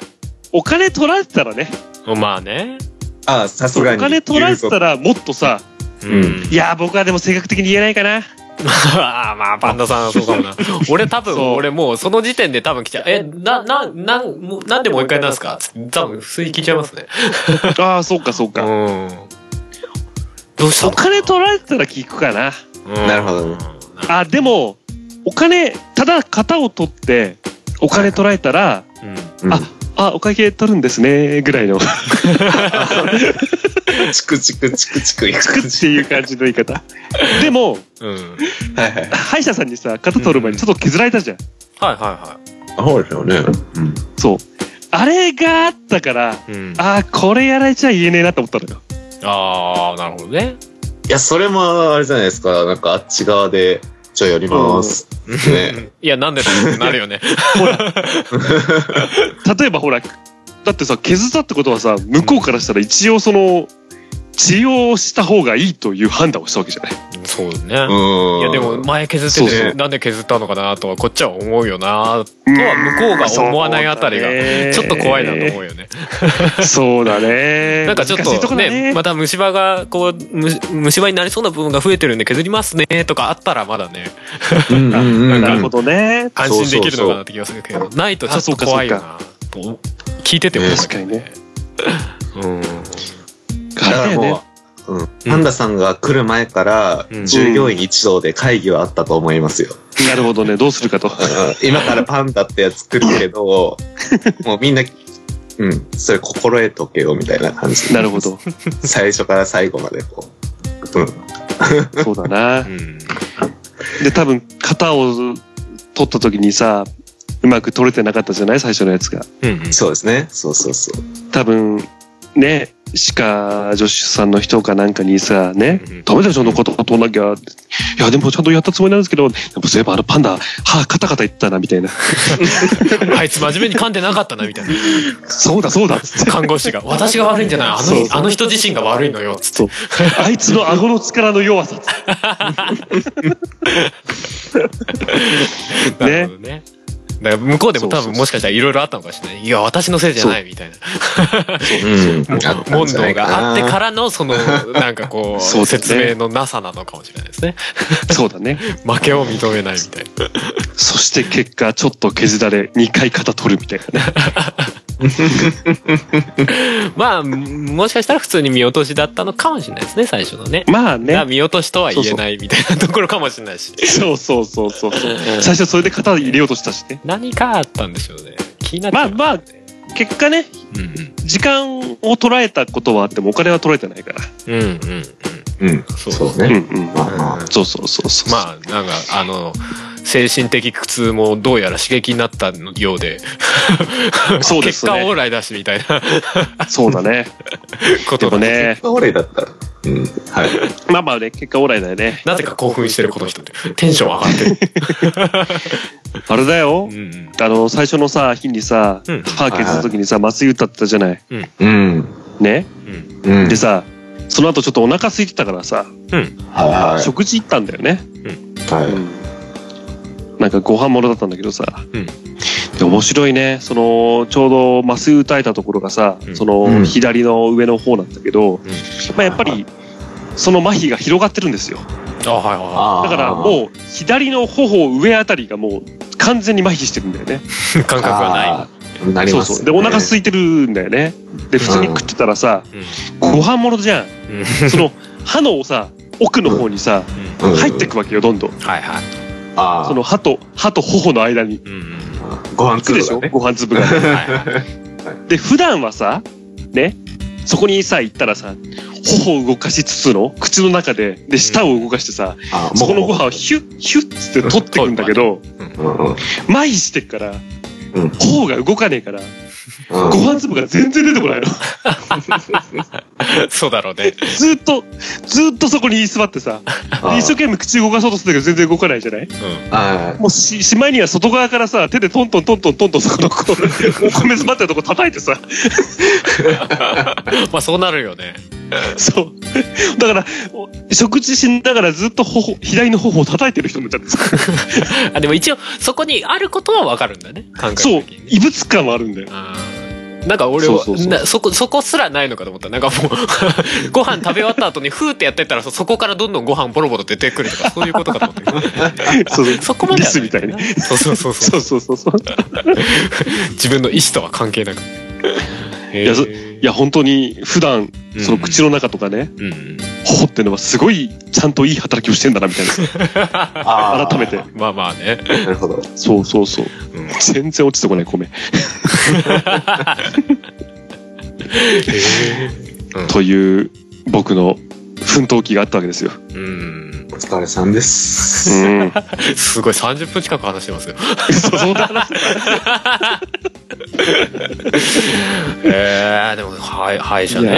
Speaker 5: お金取られてたらね
Speaker 3: なまあね
Speaker 4: ああ、さす
Speaker 5: そう
Speaker 4: が
Speaker 5: お
Speaker 4: に。
Speaker 5: 金取られてた
Speaker 4: ら。
Speaker 5: らもっとさ
Speaker 3: う
Speaker 4: うん
Speaker 5: いや僕はでも性格的に言えないか な
Speaker 3: まあまあ、パンダさんはそうかもな。俺多分、
Speaker 5: そう
Speaker 3: 俺もうその時点で多分来ちゃう。え、な、な、なん、もうなんでもう一回なんすかつって多分、普通に聞いちゃいますね。
Speaker 5: ああそうかそう
Speaker 3: う
Speaker 5: か
Speaker 3: ん。どうした
Speaker 5: お
Speaker 3: の
Speaker 5: 金取られてたら聞くかな
Speaker 3: うん
Speaker 4: なるほどね
Speaker 5: あでもお金ただ型を取ってお金取られたら
Speaker 3: うん
Speaker 4: うん
Speaker 5: ああお会計取るんですねぐ らいのチ
Speaker 4: チクチクチクチクいく
Speaker 5: ク
Speaker 4: 感
Speaker 5: って
Speaker 4: じ。
Speaker 5: いう感じの言い方でも
Speaker 3: うん。
Speaker 4: はいはい。
Speaker 5: 歯医者さんにさ型取る前にちょっと削られたじゃん
Speaker 3: はいはいは
Speaker 4: そうですよね。うん。
Speaker 5: そうあれがあったから
Speaker 3: い。うん。あ
Speaker 5: ああこれやられちゃ言えねえなと思ったのよ
Speaker 3: あー、なるほどね。
Speaker 4: いや、それもあれじゃないですか。なんかあっち側で、ちょ、やります。ね。
Speaker 3: いや、なんでだってなるよね。
Speaker 5: 例えばほらだってさ削ったってことはさ向こうからしたら一応その治療した方がいいという判断をしたわけじゃない
Speaker 3: そう
Speaker 4: う
Speaker 3: ね。
Speaker 4: ん。
Speaker 3: いや、でも、前削って
Speaker 5: そう
Speaker 4: そ
Speaker 3: て、
Speaker 4: う
Speaker 3: なんで削ったのかなとは、こっちは思うよなとは、向こうが思わないあたりが、ちょっと怖いなと思うよね。
Speaker 5: そうだね。
Speaker 3: なんかちょっ
Speaker 5: 難しい
Speaker 3: と
Speaker 5: こだ
Speaker 3: ねまた虫歯がこうむ虫歯になりそうな部分が増えてるんで削りますねとかあったらまだね
Speaker 4: うんうんうんうん
Speaker 5: なるほどね。
Speaker 3: 安心できるのかなって気がするけどないとちょっと怖いよなと聞いてて思う
Speaker 5: 確かにね。
Speaker 3: うん
Speaker 4: だからもう、うん。パンダさんが来る前から
Speaker 3: う、ん
Speaker 4: 従業員一同で会議はあったと思いますよ。
Speaker 5: なるほどね。どうするか と。
Speaker 4: うん今からパンダってやつ来るけ ど、もうみんな、うん、それ心得とけよみたいな感じ。
Speaker 5: なるほ。ど。
Speaker 4: 最初から最後までこう。うん。
Speaker 5: そうだな
Speaker 3: う。ん
Speaker 5: で、多分、型を取った時にさ、うまく取れてなかったじゃない最初のやつが。
Speaker 3: うん
Speaker 4: そうですね。そうそうそう。
Speaker 5: 多分、ね、歯科助手さんの人かなんかにさ、ね
Speaker 3: うん、
Speaker 5: ダメだよ、その型取んなきゃ。いや、でもちゃんとやったつもりなんですけど、でもそういえばあのパンダ、歯カタカタ言ってたな、みたいな。
Speaker 3: あいつ真面目に噛んでなかったなみたいな
Speaker 5: そうだ、そうだ、つって。
Speaker 3: 看護師が「私が悪いんじゃないあの
Speaker 5: そうそう
Speaker 3: あの人自身が悪いのよ」つって
Speaker 5: そう。あいつの顎の力の弱さ。
Speaker 3: なるほどねだから向こうでも多分もしかしたらいろいろあったのかもしれないいや私のせいじゃないみたいな
Speaker 4: うん。。
Speaker 3: 問答があってかららのそ のなんかこ
Speaker 5: そう
Speaker 3: う
Speaker 5: ですね
Speaker 3: 説明のなさなのかもしれないですね
Speaker 5: そうだね。
Speaker 3: 負けを認めないみたいな
Speaker 5: そして結果、ちょっと削られ、2回肩取るみたいなね。
Speaker 3: まあもしかしたら普通に見落としだったのかもしれないですね最初のね
Speaker 5: まあ
Speaker 3: が
Speaker 5: ね。
Speaker 3: 見落としとは言えないみたいなところかもしれないし
Speaker 5: そうそうそうそう。最初それで肩入れようとしたしね。
Speaker 3: 何かあったんでしょうね気になっち
Speaker 5: ま
Speaker 3: ゃ
Speaker 5: あ
Speaker 3: う
Speaker 5: まあ、結果ね、
Speaker 3: うん
Speaker 5: 時間を捉えたことはあってもお金は捉えてないから。
Speaker 3: うんうんうんうん
Speaker 4: うん。
Speaker 3: そう
Speaker 4: そう
Speaker 5: う
Speaker 4: ね。
Speaker 5: んうん。
Speaker 4: まあまあ。
Speaker 5: そうそうそうそう。
Speaker 3: まあなんかあの精神的苦痛もどうやら刺激になったようで
Speaker 5: そう で
Speaker 3: 結
Speaker 5: す
Speaker 3: 果オー
Speaker 5: ね。
Speaker 3: ライだしみたいな
Speaker 5: そう だね。
Speaker 3: こ
Speaker 5: で
Speaker 3: と
Speaker 5: も
Speaker 3: だ
Speaker 5: ね、
Speaker 4: 俺だったら。うん。はい。
Speaker 5: まあまあね、結果オーライだよね。
Speaker 3: なぜか興奮してるこの人テンション上がってる、
Speaker 5: あれだよ。
Speaker 3: うん
Speaker 5: あの、最初のさ、日にさ、
Speaker 3: うん
Speaker 5: 歯削った時にさ、松井歌ってたじゃない。
Speaker 4: うん。
Speaker 5: ね。
Speaker 3: うん、
Speaker 4: うん。
Speaker 5: でさ、その後ちょっとお腹空いてたからさ、
Speaker 4: はいはい
Speaker 5: 食事行ったんだよね。
Speaker 4: は
Speaker 5: う
Speaker 4: い。
Speaker 5: ん。なんかご飯ものだったんだけどさ、
Speaker 3: うん
Speaker 5: で面白いねそのちょうど麻酔打たれたところがさ、
Speaker 3: うん
Speaker 5: そうの
Speaker 4: ん
Speaker 5: 左の上の方なんだけど、まあ、やっぱりその麻痺が広がってるんですよ
Speaker 3: あはいはいは
Speaker 4: あ
Speaker 5: だからもう左の頬上あたりがもう完全に麻痺してるんだよね
Speaker 3: い感覚がない
Speaker 4: い。なり
Speaker 5: そう
Speaker 4: ます。
Speaker 5: そうでお腹空いてるんだよねで普通に食ってたらさ、ご飯物じゃ
Speaker 3: う
Speaker 5: ん
Speaker 3: ん、うん
Speaker 5: その歯のさ奥の方にさ、
Speaker 3: うん
Speaker 5: 入ってくわけよどんどん
Speaker 3: はいはい、
Speaker 4: ああ。
Speaker 5: その歯と歯と頬の間に
Speaker 3: うんうん
Speaker 4: ご飯
Speaker 5: つ
Speaker 4: 粒
Speaker 5: くでし
Speaker 4: が
Speaker 5: ょ、
Speaker 4: ね。
Speaker 5: ご飯粒が
Speaker 3: はいはい
Speaker 5: で普段はさねそこにさ行ったらさ頬を動かしつつの口の中でで舌を動かしてさ、
Speaker 4: あ
Speaker 5: そこのご飯をヒュッヒュッつって取ってくんだけど
Speaker 4: うんうん。
Speaker 5: 麻痺してっから、
Speaker 4: うん
Speaker 5: 頬が動かねえから
Speaker 4: ご
Speaker 5: ご飯粒が全然出てこないの
Speaker 3: そうだろうね。
Speaker 5: ずーっとずーっとそこに居座ってさで一生懸命口動かそうとするんだけど全然動かないじゃない
Speaker 4: は
Speaker 5: もうししまいには外側からさ手でトントントントントント ンそこのこうお米詰まってるとこ叩いてさ
Speaker 3: まあそうなるよね。
Speaker 5: そう。だから、お食事しながらずっと頬、左の頬を叩いてる人もいたんです。
Speaker 3: あでも一応そこにあることはわかるんだね。感覚
Speaker 5: そう
Speaker 3: 的。にね。
Speaker 5: 異物感はあるんだよ。
Speaker 3: あーなんか俺は
Speaker 5: そうそうそう
Speaker 3: なそこそこすらないのかと思ったなんかもう ご飯食べ終わった後にフーってやってったらそそこからどんどんご飯ボロボロ出てくるとかそういうことかと思って
Speaker 5: そうそう。
Speaker 3: そこまで
Speaker 5: リ
Speaker 3: はな
Speaker 5: ス
Speaker 3: い
Speaker 5: みたいね。
Speaker 3: そうそうそうそ
Speaker 5: そうそうそうそう。
Speaker 3: う自分の意思とは関係なくい
Speaker 5: やそいや、本当に普段、その口の中とかね、
Speaker 3: うんうん
Speaker 5: 頬ってのはすごい、ちゃんといい働きをしてんだな、みたいなさ。
Speaker 4: い。
Speaker 5: 改めて。。
Speaker 3: まあまあね
Speaker 4: なるほど。
Speaker 5: そうそうそう。
Speaker 3: うん
Speaker 5: 全然落ちてこない、米。という、僕の奮闘期があったわけですよ。
Speaker 3: うん
Speaker 4: お疲れさんです。
Speaker 5: うん。
Speaker 3: すごい30分近く話してますよ
Speaker 5: そうそんな話
Speaker 3: えー、でも歯歯医者
Speaker 5: いや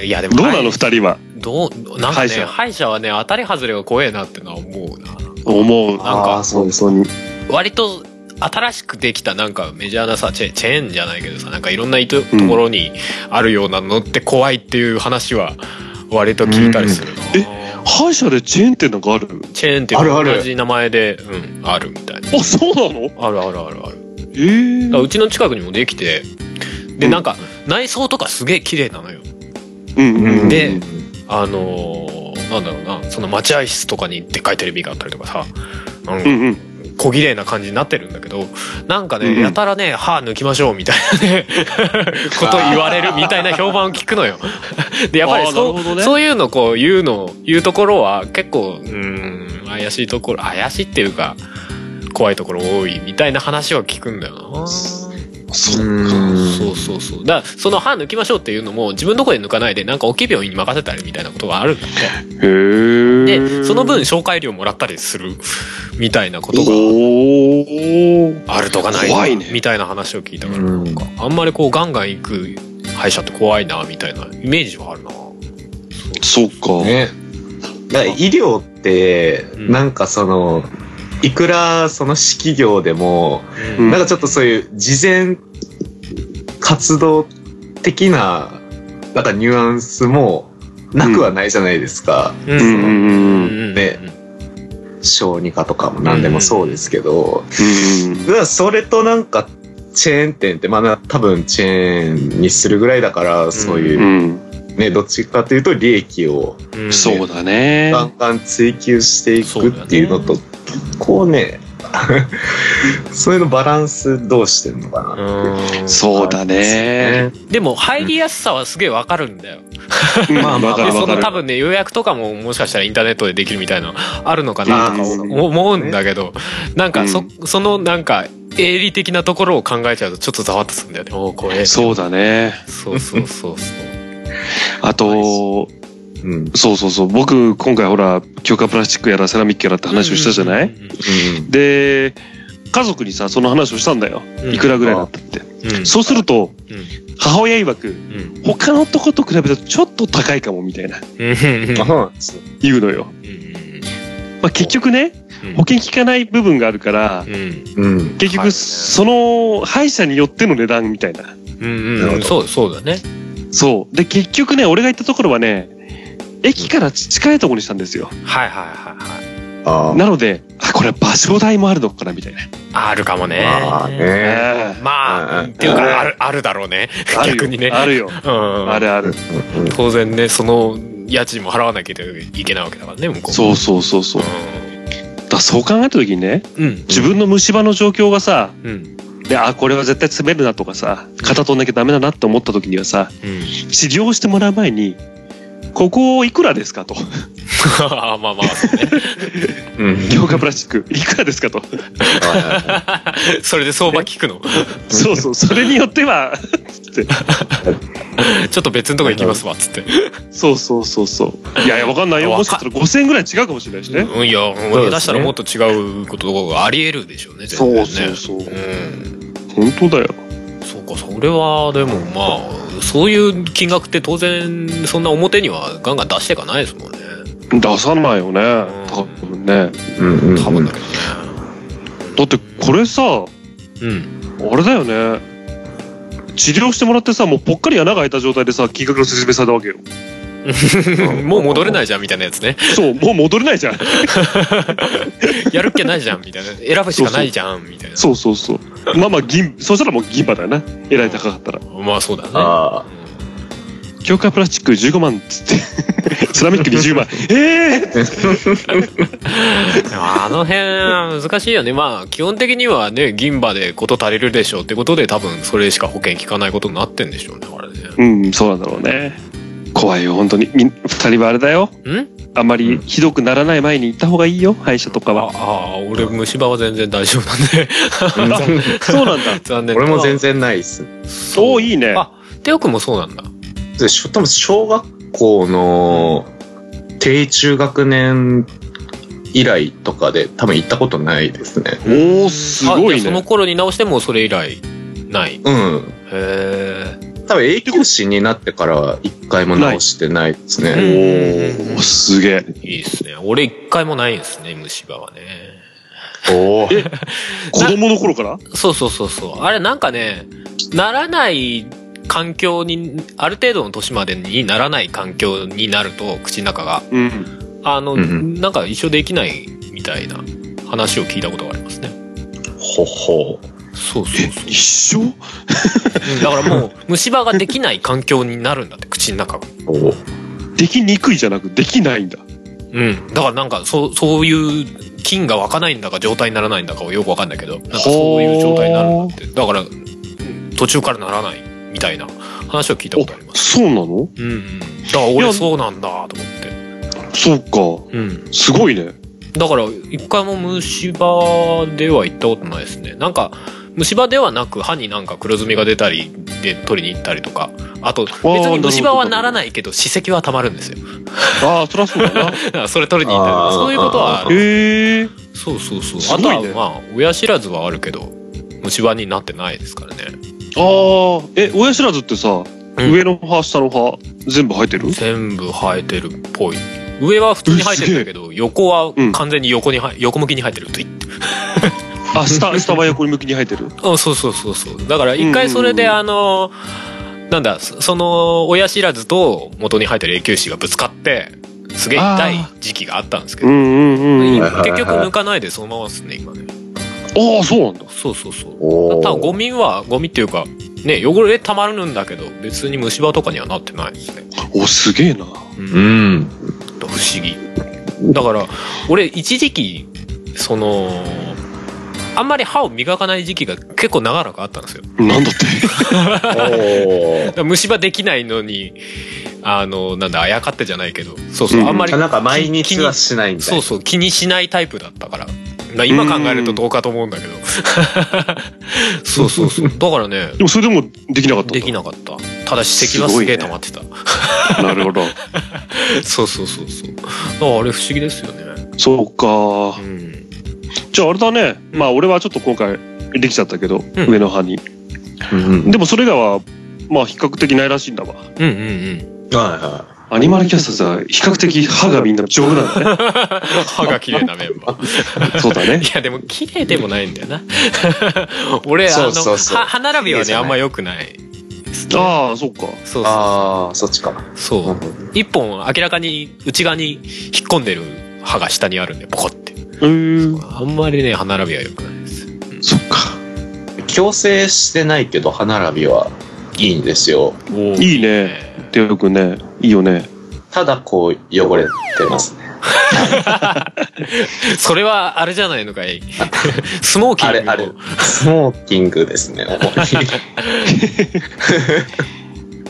Speaker 3: ねいやでも
Speaker 5: どうなの、
Speaker 3: はい
Speaker 5: 二人は。
Speaker 3: どうなんか
Speaker 5: 歯
Speaker 3: ね
Speaker 5: 医者
Speaker 3: 歯医者はね当たり外れが怖えなってのは思うな
Speaker 5: 思う。
Speaker 3: なんか
Speaker 4: あーそうです。
Speaker 5: 当に。
Speaker 3: 割と新しくできたなんかメジャーなさチェチェーンじゃないけどさなんかいろんないとところにあるようなのって怖いっていう話は割と聞いたりするな、
Speaker 5: うん歯医者でチェーン店なんかある
Speaker 3: チェーンっていうの
Speaker 4: あるある
Speaker 3: 同じ名前でうんあるみたいな
Speaker 5: あ、そうなの
Speaker 3: あるあるあるある
Speaker 5: ええ
Speaker 3: だからうちの近くにもできてで
Speaker 5: うん
Speaker 3: なんか内装とかすげえ綺麗なのよ
Speaker 5: うんうん。
Speaker 3: であのーなんだろうなその待合室とかにでっかいテレビがあったりとかさなん
Speaker 5: う
Speaker 3: か
Speaker 5: んうん。
Speaker 3: 小綺麗な感じになってるんだけどなんかね、
Speaker 5: うん
Speaker 3: やたらね歯抜きましょうみたいなね こと言われるみたいな評判を聞くのよ。でやっぱり
Speaker 5: あー
Speaker 3: そ
Speaker 5: なるほ
Speaker 3: う,、
Speaker 5: どね
Speaker 3: そういうのこう言うの言うところは結構うーん怪しいところ怪しいっていうか怖いところ多いみたいな話は聞くんだよな。
Speaker 5: そ
Speaker 3: そうそうそうだからその歯抜きましょうっていうのも自分のとこで抜かないでなんか大きい病院に任せたりみたいなことがあるんだって
Speaker 5: へえ。
Speaker 3: でその分、紹介料もらったりするみたいなことが
Speaker 5: おー。
Speaker 3: あるとかないと
Speaker 5: 怖
Speaker 3: か
Speaker 5: いね
Speaker 3: みたいな話を聞いたから、
Speaker 4: うん
Speaker 3: なんかあんまりこうガンガン行く歯医者って怖いなみたいなイメージはあるな
Speaker 5: そうか。
Speaker 4: ね。だから医療って、
Speaker 3: うん
Speaker 4: なんかその、いくらその指揮業でも、
Speaker 5: うん
Speaker 4: なんかちょっとそういう事前活動的な、なんかニュアンスもなくはないじゃないですか。
Speaker 3: うん
Speaker 5: うんうんうんうん。
Speaker 4: ね小児科とかも何でもそうですけど、だからそれとなんかチェーン店ってまだ多分チェーンにするぐらいだから、そう
Speaker 5: う。
Speaker 4: いうんね、どっちかというと利益を
Speaker 3: うん
Speaker 5: そうだね。
Speaker 4: ガンガン追求していくっていうのと、結構ね、 そういうのバランスどうしてんの
Speaker 3: う
Speaker 4: かな。
Speaker 3: ん
Speaker 5: そうだね。
Speaker 3: でも入りやすさはすげえわかるんだよ
Speaker 4: まあまあ
Speaker 5: わか
Speaker 3: で
Speaker 5: るわ
Speaker 3: そ
Speaker 5: か
Speaker 3: の
Speaker 5: る。
Speaker 3: 多分ね予約とかももしかしたらインターネットでできるみたいなのあるのかなとか
Speaker 5: うん
Speaker 3: 思うんだけどなんかそ,、
Speaker 5: う
Speaker 3: そのなんか営利的なところを考えちゃうとちょっとざわっとするんだよねおお怖え
Speaker 5: そうだね。
Speaker 3: そうそうそうそう
Speaker 5: あと、
Speaker 4: うん。うん。
Speaker 5: そうそうそう。僕、今回ほら、強化プラスチックやらセラミックやらって話をしたじゃない、
Speaker 3: うんうん
Speaker 5: で、家族にさ、その話をしたんだよ。
Speaker 3: うん
Speaker 5: いくらぐらいだったって。
Speaker 3: うん
Speaker 5: そうすると、
Speaker 3: うん
Speaker 5: 母親曰く、
Speaker 3: うん
Speaker 5: 他のとこと比べるとちょっと高いかもみたいな、
Speaker 3: うんうん
Speaker 4: あそうなんですね
Speaker 5: 言うのよ。まあ、結局ね、保険効かない部分があるから、
Speaker 3: うん
Speaker 4: うん。
Speaker 5: 結
Speaker 3: はい
Speaker 5: 局、その歯医者によっての値段みたいな。
Speaker 3: うん
Speaker 4: なる
Speaker 3: う
Speaker 4: ほ
Speaker 3: ん
Speaker 4: ど
Speaker 3: そうそうだね
Speaker 5: そう。で、結局ね、俺が行ったところはね、駅から近いところにしたんですよ。
Speaker 3: はいはいはいはい
Speaker 4: あ
Speaker 5: なので、あ、これ場所代もあるのかなみたいな。
Speaker 3: あるかもね
Speaker 4: まあね。
Speaker 5: え
Speaker 3: まあ
Speaker 4: うん
Speaker 3: っていう
Speaker 5: うん
Speaker 3: かあるあるだろうね
Speaker 5: えある よ
Speaker 3: 逆にね
Speaker 5: あるよ。
Speaker 3: うん
Speaker 5: あるある。
Speaker 4: うんうん
Speaker 3: 当然ねその家賃も払わなきゃいけないわけだからね向こう
Speaker 5: そうそうそうそう。だそう考えた時にね、
Speaker 3: うん
Speaker 5: 自分の虫歯の状況がさ、
Speaker 3: うんうん
Speaker 5: で、あ、これは絶対詰めるなとかさ、肩取んなきゃダメだなって思った時にはさ、
Speaker 3: うん
Speaker 5: 治療してもらう前に、ここいくらですかと。
Speaker 3: まあまあそう ね
Speaker 4: うん
Speaker 5: 強化プラスチック、いくらですかと。
Speaker 4: はいはいはい
Speaker 3: それで相場聞くの
Speaker 5: そうそう、それによっては、つって。
Speaker 3: ちょっと別のとこ行きますわっつって
Speaker 5: そうそうそうそう。いやいや、わかんないよ。
Speaker 3: わか
Speaker 5: もしかしたら5000円ぐらい違うかもしれないしね。
Speaker 3: うんいや下手したらもっと違うことがありえるでしょうね全
Speaker 5: そ
Speaker 3: 然
Speaker 5: うそう
Speaker 3: ね
Speaker 5: そう。
Speaker 3: うん
Speaker 5: 本当だよ。
Speaker 3: そうかそれはでもまあそういう金額って当然そんな表にはガンガン出していかないですもんね
Speaker 5: 出さないよね。多分ね。
Speaker 4: うんうんうん
Speaker 3: 多分だけどね
Speaker 5: だってこれさ、
Speaker 3: うん
Speaker 5: あれだよね。治療してもらってさ、もうぽっかり穴が開いた状態でさ、金額の説明されたわけよ。
Speaker 3: もう戻れないじゃんみたいなやつね
Speaker 5: そう、もう戻れないじゃん。
Speaker 3: やるっけないじゃんみたいな選ぶしかないじゃんみたいな
Speaker 5: そうそうそう。まあまあ銀、そしたらもう銀歯だよな。えらい高かったら。
Speaker 3: まあそうだね
Speaker 4: あ
Speaker 5: 強化プラスチック15万っつって。 セラミック20万。ええ
Speaker 3: あの辺は難しいよねまあ基本的にはね銀歯で事足りるでしょうってことで多分それしか保険効かないことになってんでしょうねあれね
Speaker 5: うん、そうなんだろうね。怖いよ、本当に。みん二人はあれだよ。
Speaker 3: ん
Speaker 5: あんまりひどくならない前に行った方がいいよ、歯医者とか
Speaker 3: あ
Speaker 5: は。
Speaker 3: あ俺虫歯は全然大丈夫 なんで
Speaker 5: そうなんだ。
Speaker 3: 残念
Speaker 4: 俺も全然ないっす。
Speaker 5: そう、いいね。
Speaker 3: あテオ君もそうなんだ
Speaker 4: で、しょ、多分小学校の低中学年以来とかで多分行ったことないですね。
Speaker 5: おー、すご
Speaker 3: あ
Speaker 5: い
Speaker 3: じゃあその
Speaker 5: ね。
Speaker 3: 頃に直してもそれ以来ないへ
Speaker 4: うん。
Speaker 3: え
Speaker 4: 多分永久歯になってからは一回も直してないです
Speaker 5: お
Speaker 4: ね。
Speaker 3: うん
Speaker 5: ー、すげえ。
Speaker 3: いいですね俺一回もないんですね虫歯はね
Speaker 4: おお。
Speaker 5: 子供の頃から
Speaker 3: そうそうそうそうあれなんかねならない環境にある程度の年までにならない環境になると口の中が
Speaker 5: うん。
Speaker 3: あの、
Speaker 4: うんうん
Speaker 3: なんか一生できないみたいな話を聞いたことがありますね
Speaker 4: ほほ。
Speaker 3: そうそうそ、
Speaker 5: え
Speaker 3: う
Speaker 5: 一生
Speaker 3: うん だからもう虫歯ができない環境になるんだって口の中が
Speaker 4: おお。
Speaker 5: できにくいじゃなく、できないんだ。
Speaker 3: うん、だからなんかそうそういう菌が湧かないんだか状態にならないんだかはよくわかんないけどなんかそういう状態になるんだってだからうん途中からならないみたいな話を聞いたことありま
Speaker 5: お、
Speaker 3: す
Speaker 5: そうなの
Speaker 3: うんうんだから
Speaker 5: いや
Speaker 3: 俺そうなんだと思って
Speaker 5: そうか。
Speaker 3: うん
Speaker 5: すごいね。
Speaker 3: だから一回も虫歯では行ったことないですねなんか虫歯ではなく歯になんか黒ずみが出たりで取りに行ったりとかあと別に虫歯はならないけど歯石はたまるんですよ
Speaker 5: ああ、そりゃそうだな。
Speaker 3: だからそれ取りに行ったりとか
Speaker 4: あー
Speaker 3: そういうことはある
Speaker 5: へえ。
Speaker 3: そうそうそう、
Speaker 5: す
Speaker 3: あと
Speaker 5: ごい
Speaker 3: は
Speaker 5: ね
Speaker 3: まあ親知らずはあるけど虫歯になってないですからね
Speaker 5: ああ、え、親知らずってさ、
Speaker 3: ん
Speaker 5: 上の歯、下の歯、全部生えてる
Speaker 3: 全部生えてるっぽい上は普通に生えてるんだけど横は
Speaker 5: うん
Speaker 3: 完全に横に生え、横向きに生えてると言って
Speaker 5: あ、下、下は横向きに生えてる。
Speaker 3: あそうそうそうそうだから一回それ
Speaker 5: うん
Speaker 3: で
Speaker 5: うんうん
Speaker 3: あのなんだそその親知らずと元に生えてる永久歯がぶつかってすげえ痛い時期があったんですけ
Speaker 5: う
Speaker 3: ど
Speaker 5: んうんうん。あ
Speaker 3: 結局抜かないでそのままですね今ね
Speaker 5: あ、そうなんだ。
Speaker 3: そうそうそう
Speaker 4: お
Speaker 3: 多分ゴ
Speaker 4: お。
Speaker 3: ミはゴミっていうかね汚れたまるんだけど別に虫歯とかにはなってないですね
Speaker 5: お、すげえな。
Speaker 4: うん。
Speaker 3: 不思議だから俺一時期そのあんまり歯を磨かない時期が結構長らくあったんですよだか
Speaker 5: なん だって。
Speaker 4: お お。
Speaker 3: ら虫歯できないのにあのなんだあやかってじゃないけどそうそう、
Speaker 5: うん
Speaker 3: あんまり
Speaker 4: あなんか毎日はしないみたい
Speaker 3: そう
Speaker 4: な。
Speaker 3: そう気にしないタイプだったからまあ今考えるとどうかと思うんだけど そうそうそうだからね
Speaker 5: でもそれでもできなかったんだ
Speaker 3: できなかったただ史跡はすげえ溜まってた、
Speaker 5: なるほど。
Speaker 3: そうそうそうそうだからあれ不思議ですよね
Speaker 5: そうか
Speaker 3: う。ん
Speaker 5: じゃああれだね。まあ俺はちょっと今回できちゃったけど、
Speaker 3: うん
Speaker 5: 上の歯に。
Speaker 4: うん
Speaker 5: でもそれ以外は、まあ比較的ないらしいんだわ。
Speaker 3: うんうんうん
Speaker 4: はいは
Speaker 5: アニマルキャスターズは比較的歯がみんな丈夫な んだね。
Speaker 3: 歯が綺麗なメンバー
Speaker 5: そうだね
Speaker 3: い。やでも綺麗でもないんだよな 俺あ
Speaker 4: そ
Speaker 3: の
Speaker 4: うそうそう
Speaker 3: は歯並びは
Speaker 4: 綺麗じ
Speaker 3: ね
Speaker 4: ゃ
Speaker 3: あ
Speaker 4: ない
Speaker 3: んま良くないですね
Speaker 5: ああ、そうか。
Speaker 3: そうそう
Speaker 4: ああ、そっちか。
Speaker 3: そ
Speaker 4: な
Speaker 3: う
Speaker 4: るほど
Speaker 3: 一本明らかに内側に引っ込んでる歯が下にあるんでポコって
Speaker 5: うーん。
Speaker 3: あんまりね歯並びは良くないです
Speaker 5: そっか。
Speaker 4: 強制してないけど、歯並びはいいんですよ。
Speaker 5: いいね。てよくんね、いいよね。
Speaker 4: ただ、こう、汚れてますね。
Speaker 3: それはあれじゃないのかい スモーキン
Speaker 4: あ
Speaker 3: グ
Speaker 4: れ、あれ、スモーキングですね、主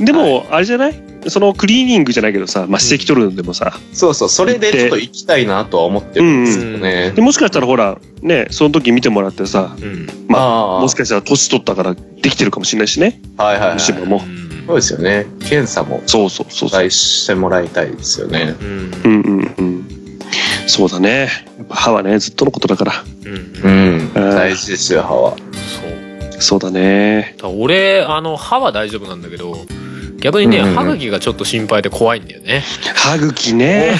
Speaker 4: に
Speaker 5: でも、あれじゃないそのクリーニングじゃないけどさ、まあ、指摘取るのでもさ、
Speaker 4: そうそう、それでちょっと行きたいなとは思ってるんですよね
Speaker 5: で。もしかしたらほら、ね、その時見てもらってさ、
Speaker 3: うん
Speaker 5: ま
Speaker 4: あー
Speaker 5: もしかしたら年取ったからできてるかもしれないしね、
Speaker 4: はいはい、はい。
Speaker 5: 虫
Speaker 4: そ
Speaker 5: 歯も。
Speaker 3: う
Speaker 4: うですよね。検査も
Speaker 5: そうそうそう
Speaker 4: 期
Speaker 5: そう。
Speaker 4: 待してもらいたいですよね。
Speaker 3: ん
Speaker 5: うんうんうん。そうだね。やっぱ歯はね、ずっとのことだから。
Speaker 3: うんうん
Speaker 4: う。
Speaker 3: そうん
Speaker 4: 大事ですよ、歯は。
Speaker 5: そうだね。
Speaker 3: だから俺あの歯は大丈夫なんだけど逆にね、
Speaker 4: うんうんうん
Speaker 3: 歯茎がちょっと心配で怖いんだよね
Speaker 5: 歯茎ね。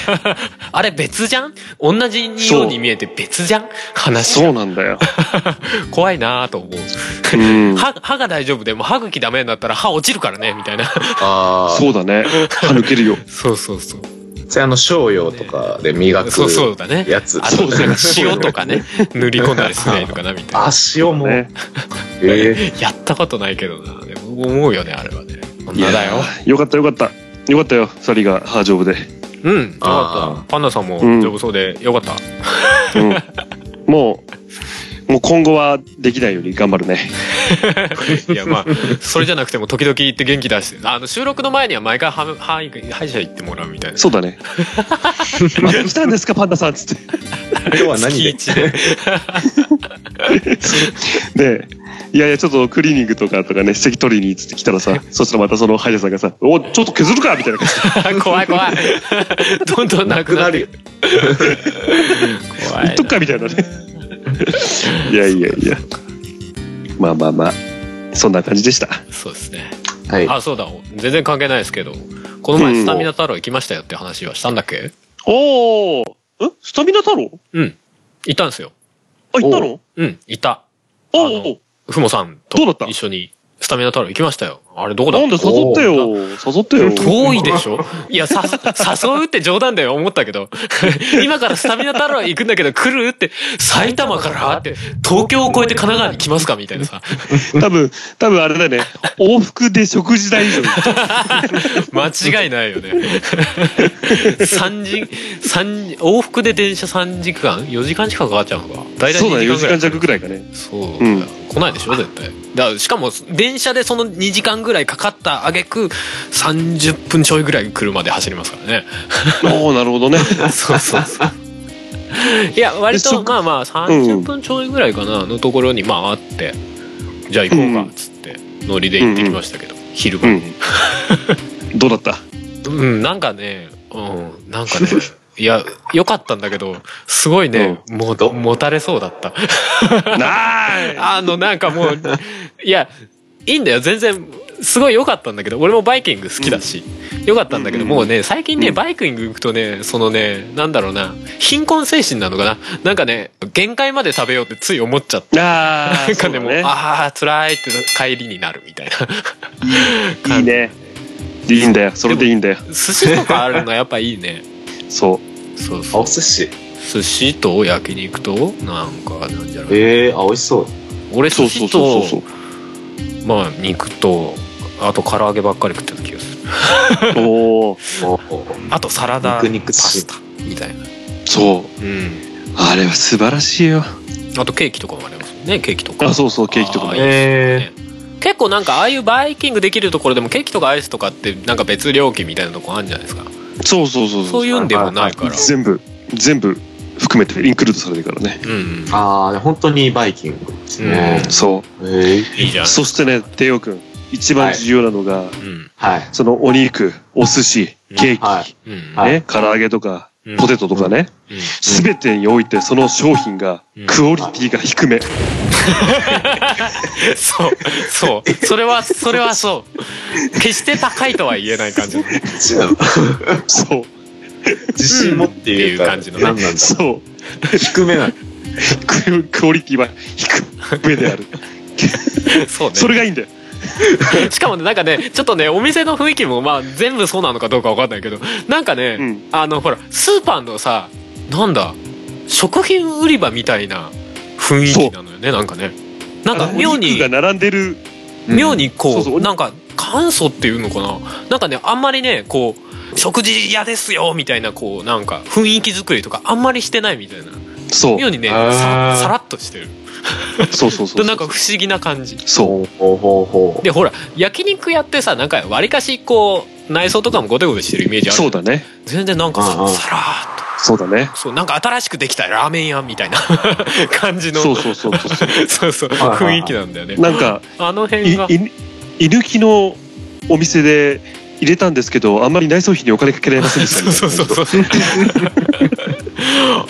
Speaker 3: あれ別じゃん同じように見えて別じゃん話
Speaker 5: そうなんだよ。
Speaker 3: 怖いなと思う
Speaker 5: うん。
Speaker 3: 歯歯が大丈夫でも歯茎ダメになったら歯落ちるからねみたいな
Speaker 4: ああ。
Speaker 5: そうだね。歯抜けるよ。
Speaker 3: そうそうそう
Speaker 4: それあの、商用とかで磨く
Speaker 3: そうそうだね
Speaker 4: やつ。
Speaker 3: あ
Speaker 5: そ
Speaker 3: と
Speaker 5: うそう
Speaker 3: なんか塩とか ね塗り込んだりしないのかなみたい
Speaker 4: あ、塩 も。
Speaker 5: ね。
Speaker 4: ええ
Speaker 3: なやったことないけどなでも思うよねあれはね女だよ
Speaker 5: いや。よかったよかった。よかったよ。二人が歯丈夫で。
Speaker 3: うんよか
Speaker 4: あー
Speaker 3: ったパンダさんも
Speaker 5: うん
Speaker 3: 丈夫そうでよか った、
Speaker 5: うん。もう、もう今後はできないように頑張るね。
Speaker 3: いやまあそれじゃなくても時々行って元気出してあの収録の前には毎回歯歯医歯医者行ってもらうみたいな
Speaker 5: そうだね。また来たんですか、パンダさんつって。
Speaker 4: 今日は何
Speaker 3: 月
Speaker 4: で
Speaker 3: 一で
Speaker 5: で、いやいや、ちょっとクリーニングとかとかね、指摘取りにっつって来たらさ、そしたらまたその歯医者さんがさ、おちょっと削るかみたいな感じ で、
Speaker 3: 怖い 怖いどんどんな
Speaker 4: な
Speaker 3: く
Speaker 4: く
Speaker 3: なる
Speaker 4: なる よ。
Speaker 3: 怖
Speaker 5: 言っとくかみたい なね。いやいやいや。まあまあまあ、そんな感じでした。
Speaker 3: そうですね
Speaker 4: はい。
Speaker 3: あそうだ全然関係ないですけどこの前スタミナ太郎行きましたよって話はしたんだっけ
Speaker 5: おおえスタミナ太郎
Speaker 3: うん行ったんですよ
Speaker 5: あ、行ったの
Speaker 3: うんいた
Speaker 5: お
Speaker 3: あの
Speaker 5: お
Speaker 3: ふもさん
Speaker 5: どうだった
Speaker 3: と一緒にスタミナ太郎行きましたよあれどこだ
Speaker 5: なんで誘ってよ。誘ってよ。
Speaker 3: 遠いでしょいや、さ、誘うって冗談だよ、思ったけど。 今からスタミナ太郎行くんだけど来るって、埼玉からって、東京を越えて神奈川に来ますかみたいなさ。
Speaker 5: 多分、多分あれだね。往復で食事代以上。
Speaker 3: 間違いないよね。3時、三往復で電車3時間 ?4 時間近くかかっちゃうのか。大体
Speaker 5: そうだね、
Speaker 3: 2
Speaker 5: 4
Speaker 3: 時
Speaker 5: 時
Speaker 3: 間ぐらい。
Speaker 5: 間弱くらいかね。
Speaker 3: そう
Speaker 5: うん
Speaker 3: 来ないでしょ、絶対。だからしかも、電車でその2時間ぐらいかかった挙句、30分ちょいぐらい車で走りますからね。
Speaker 5: おおなるほど ね。
Speaker 3: そうそうそう。いや割
Speaker 5: で
Speaker 3: と
Speaker 5: そ
Speaker 3: まあまあ30分ちょいぐらいかなのところにまああってじゃあ行こうかっつってノリで行ってきましたけど、昼
Speaker 5: う
Speaker 3: 間、
Speaker 5: ん。どうだった
Speaker 3: うんなんかねうんなんかねいや良かったんだけどすごいね、もうもたれそうだった
Speaker 5: な
Speaker 3: あのなんかもういやいいんだよ全然すごい良かったんだけど俺もバイキング好きだし、良かったんだけど、
Speaker 5: うん
Speaker 3: もうね最近ね、
Speaker 5: うん
Speaker 3: バイキング行くとねそのねなんだろうな貧困精神なのかななんかね限界まで食べようってつい思っちゃって
Speaker 5: いあー
Speaker 3: なんかでも、
Speaker 5: そうだ
Speaker 3: ああ辛いって帰りになるみた いな
Speaker 5: ねいいね。いいんだよ。それでいいんだよ。
Speaker 3: 寿司とかあるのやっぱいいね
Speaker 5: そ
Speaker 3: そうそ
Speaker 4: お
Speaker 3: う
Speaker 4: 寿司。
Speaker 3: 寿司と焼肉となんかなんじゃない
Speaker 4: ええあ、美味しそう。
Speaker 3: 俺
Speaker 5: う。そ
Speaker 3: 寿
Speaker 5: うそ
Speaker 3: 司と
Speaker 5: うそうそう。
Speaker 3: まあ肉とあと唐揚げばっかり食ってた気がする
Speaker 5: おお。
Speaker 4: おー
Speaker 3: あとサラダ
Speaker 4: 肉肉
Speaker 3: パスタみたいな
Speaker 5: そう。
Speaker 3: うん
Speaker 5: あれは素晴らしいよ。
Speaker 3: あとケーキとかもありますよねケーキとか
Speaker 5: あ、そうそう、ケーキとかも
Speaker 3: あ。
Speaker 4: え
Speaker 3: 結構なんかああいうバイキングできるところでもケーキとかアイスとかってなんか別料金みたいなとこあるんじゃないですか
Speaker 5: そうそうそう。
Speaker 3: そういうんでもないから
Speaker 5: 全部、全部、含めてインクルードされるからね。
Speaker 3: うんうん
Speaker 4: ああ、本当にバイキングですね。
Speaker 5: そ
Speaker 4: えー
Speaker 3: いいじゃ
Speaker 5: う。
Speaker 3: ん
Speaker 5: そしてね、テオ君、一番重要なのが、
Speaker 3: うん
Speaker 4: はい。
Speaker 5: そのお肉、お寿司、ケーキ、
Speaker 4: はい
Speaker 3: うん
Speaker 4: はい
Speaker 5: ね、唐揚げとか、
Speaker 3: うん
Speaker 5: ポテトとかね、
Speaker 3: うん
Speaker 5: すべてにおいてその商品が
Speaker 3: うん
Speaker 5: クオリティが低め。
Speaker 3: そうそうそれはそれはそう決して高いとは言えない感じの
Speaker 5: そう、
Speaker 4: 自信持って言うから、
Speaker 3: うんっていう感じのね
Speaker 4: 何なんだ。
Speaker 5: そう。
Speaker 4: 低めな。
Speaker 5: ククオリティは低めであ る。
Speaker 3: そうね
Speaker 5: それがいいんだよ。
Speaker 3: しかもねなんかねちょっとねお店の雰囲気もまあ全部そうなのかどうかわかんないけどなんかね、
Speaker 5: うん
Speaker 3: あのほらスーパーのさなんだ食品売り場みたいな雰囲気なのよねなんかねなんか
Speaker 5: あの
Speaker 3: 妙
Speaker 5: お
Speaker 3: に
Speaker 5: 肉が並んでる。
Speaker 3: 妙にこう,、
Speaker 5: そうそう
Speaker 3: なんか簡素っていうのかななんかねあんまりねこう食事屋ですよみたいなこうなんか雰囲気作りとかあんまりしてないみたいな
Speaker 5: そう。
Speaker 3: 妙にね
Speaker 4: あ
Speaker 3: さ
Speaker 4: ー
Speaker 3: さらっとしてる
Speaker 5: そうそうそう。
Speaker 3: でなんか不思議な感じ
Speaker 5: そう。
Speaker 4: ほうほうほうほ
Speaker 3: でほら焼肉やってさなんかわりかしこう内装とかもゴテゴテしてるイメージある
Speaker 5: そうだね。
Speaker 3: 全然なんか
Speaker 4: うんうん
Speaker 3: ささらーっ
Speaker 5: そうだね。
Speaker 3: とそうなんか新しくできたラーメン屋みた いな感じの
Speaker 5: そうそうそうそう。
Speaker 3: そうそう
Speaker 4: はいはいは
Speaker 3: 雰
Speaker 4: い
Speaker 3: 囲気なんだよね
Speaker 5: なんか、
Speaker 3: あの
Speaker 5: い
Speaker 3: 辺が
Speaker 5: い居抜きのお店で入れたんですけど、あんまり内装費にお金かけられませんでした
Speaker 3: そう
Speaker 5: みた
Speaker 3: そ
Speaker 5: いうな。
Speaker 3: そう そう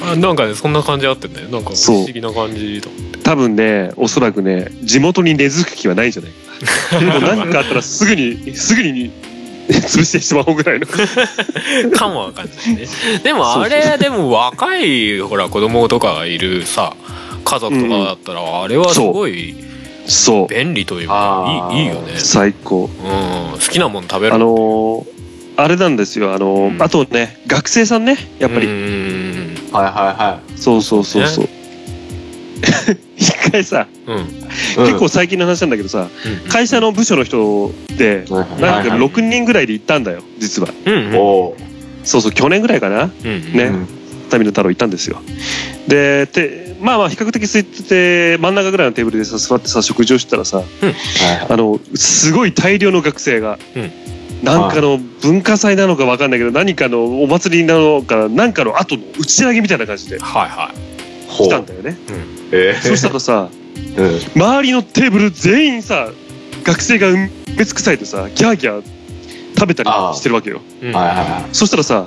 Speaker 3: あなんかねそんな感じあってんだよなんか不
Speaker 5: そう
Speaker 3: 思議な感じだ
Speaker 5: 多分ね、おそらくね、地元に根付く気はないんじ ゃないかな。もう何かあったらすぐに、すぐに 潰してしまおうぐらいの。
Speaker 3: 感は感じねでも
Speaker 5: そうそう
Speaker 3: あれでも若いほら子供とかがいるさ家族とかだったらあれはすごい
Speaker 5: そ う。
Speaker 3: 便利というか
Speaker 4: あー
Speaker 3: いいいいよね
Speaker 5: 最高。
Speaker 3: うん好きなもの食べる
Speaker 5: あのーあれなんですよ。あのー
Speaker 3: うん
Speaker 5: あとね、学生さんね、やっぱり。
Speaker 3: うん
Speaker 4: う。はいは
Speaker 5: そうそうそうそう。 一回さ、
Speaker 3: うんうん
Speaker 4: いはい。
Speaker 5: 結構最近の話なんだけどさ、会社の部署の人で、
Speaker 4: 構、はい
Speaker 5: なん
Speaker 4: はい
Speaker 5: か
Speaker 4: はい
Speaker 5: 6人ぐらいで行ったんだよ、実は。
Speaker 3: うんうん
Speaker 4: おー
Speaker 5: そうそう、去年ぐらいかな、
Speaker 3: うん
Speaker 4: う
Speaker 5: ね
Speaker 4: ん
Speaker 5: 民の太郎行ったんですよ。で、てまあまあ、比較的空いてて、真ん中ぐらいのテーブルでさ、座ってさ、食事をしてたらさ、
Speaker 4: はいはい
Speaker 5: あの、すごい大量の学生が、
Speaker 3: うん
Speaker 5: なんかの文化祭なのかわかんないけど、何かのお祭りなのか、なんかの後の打ち上げみたいな感じ
Speaker 3: は
Speaker 5: で
Speaker 3: いは
Speaker 4: ほ
Speaker 5: 来た
Speaker 4: う。
Speaker 5: んだよね。
Speaker 4: え
Speaker 5: そしたらさ、
Speaker 4: ーうん
Speaker 5: 周りのテーブル全員さ学生が埋め尽くされてさギャーギャー食べたりしてるわけよ
Speaker 3: いうん
Speaker 4: はいはいはい。
Speaker 5: そしたらさ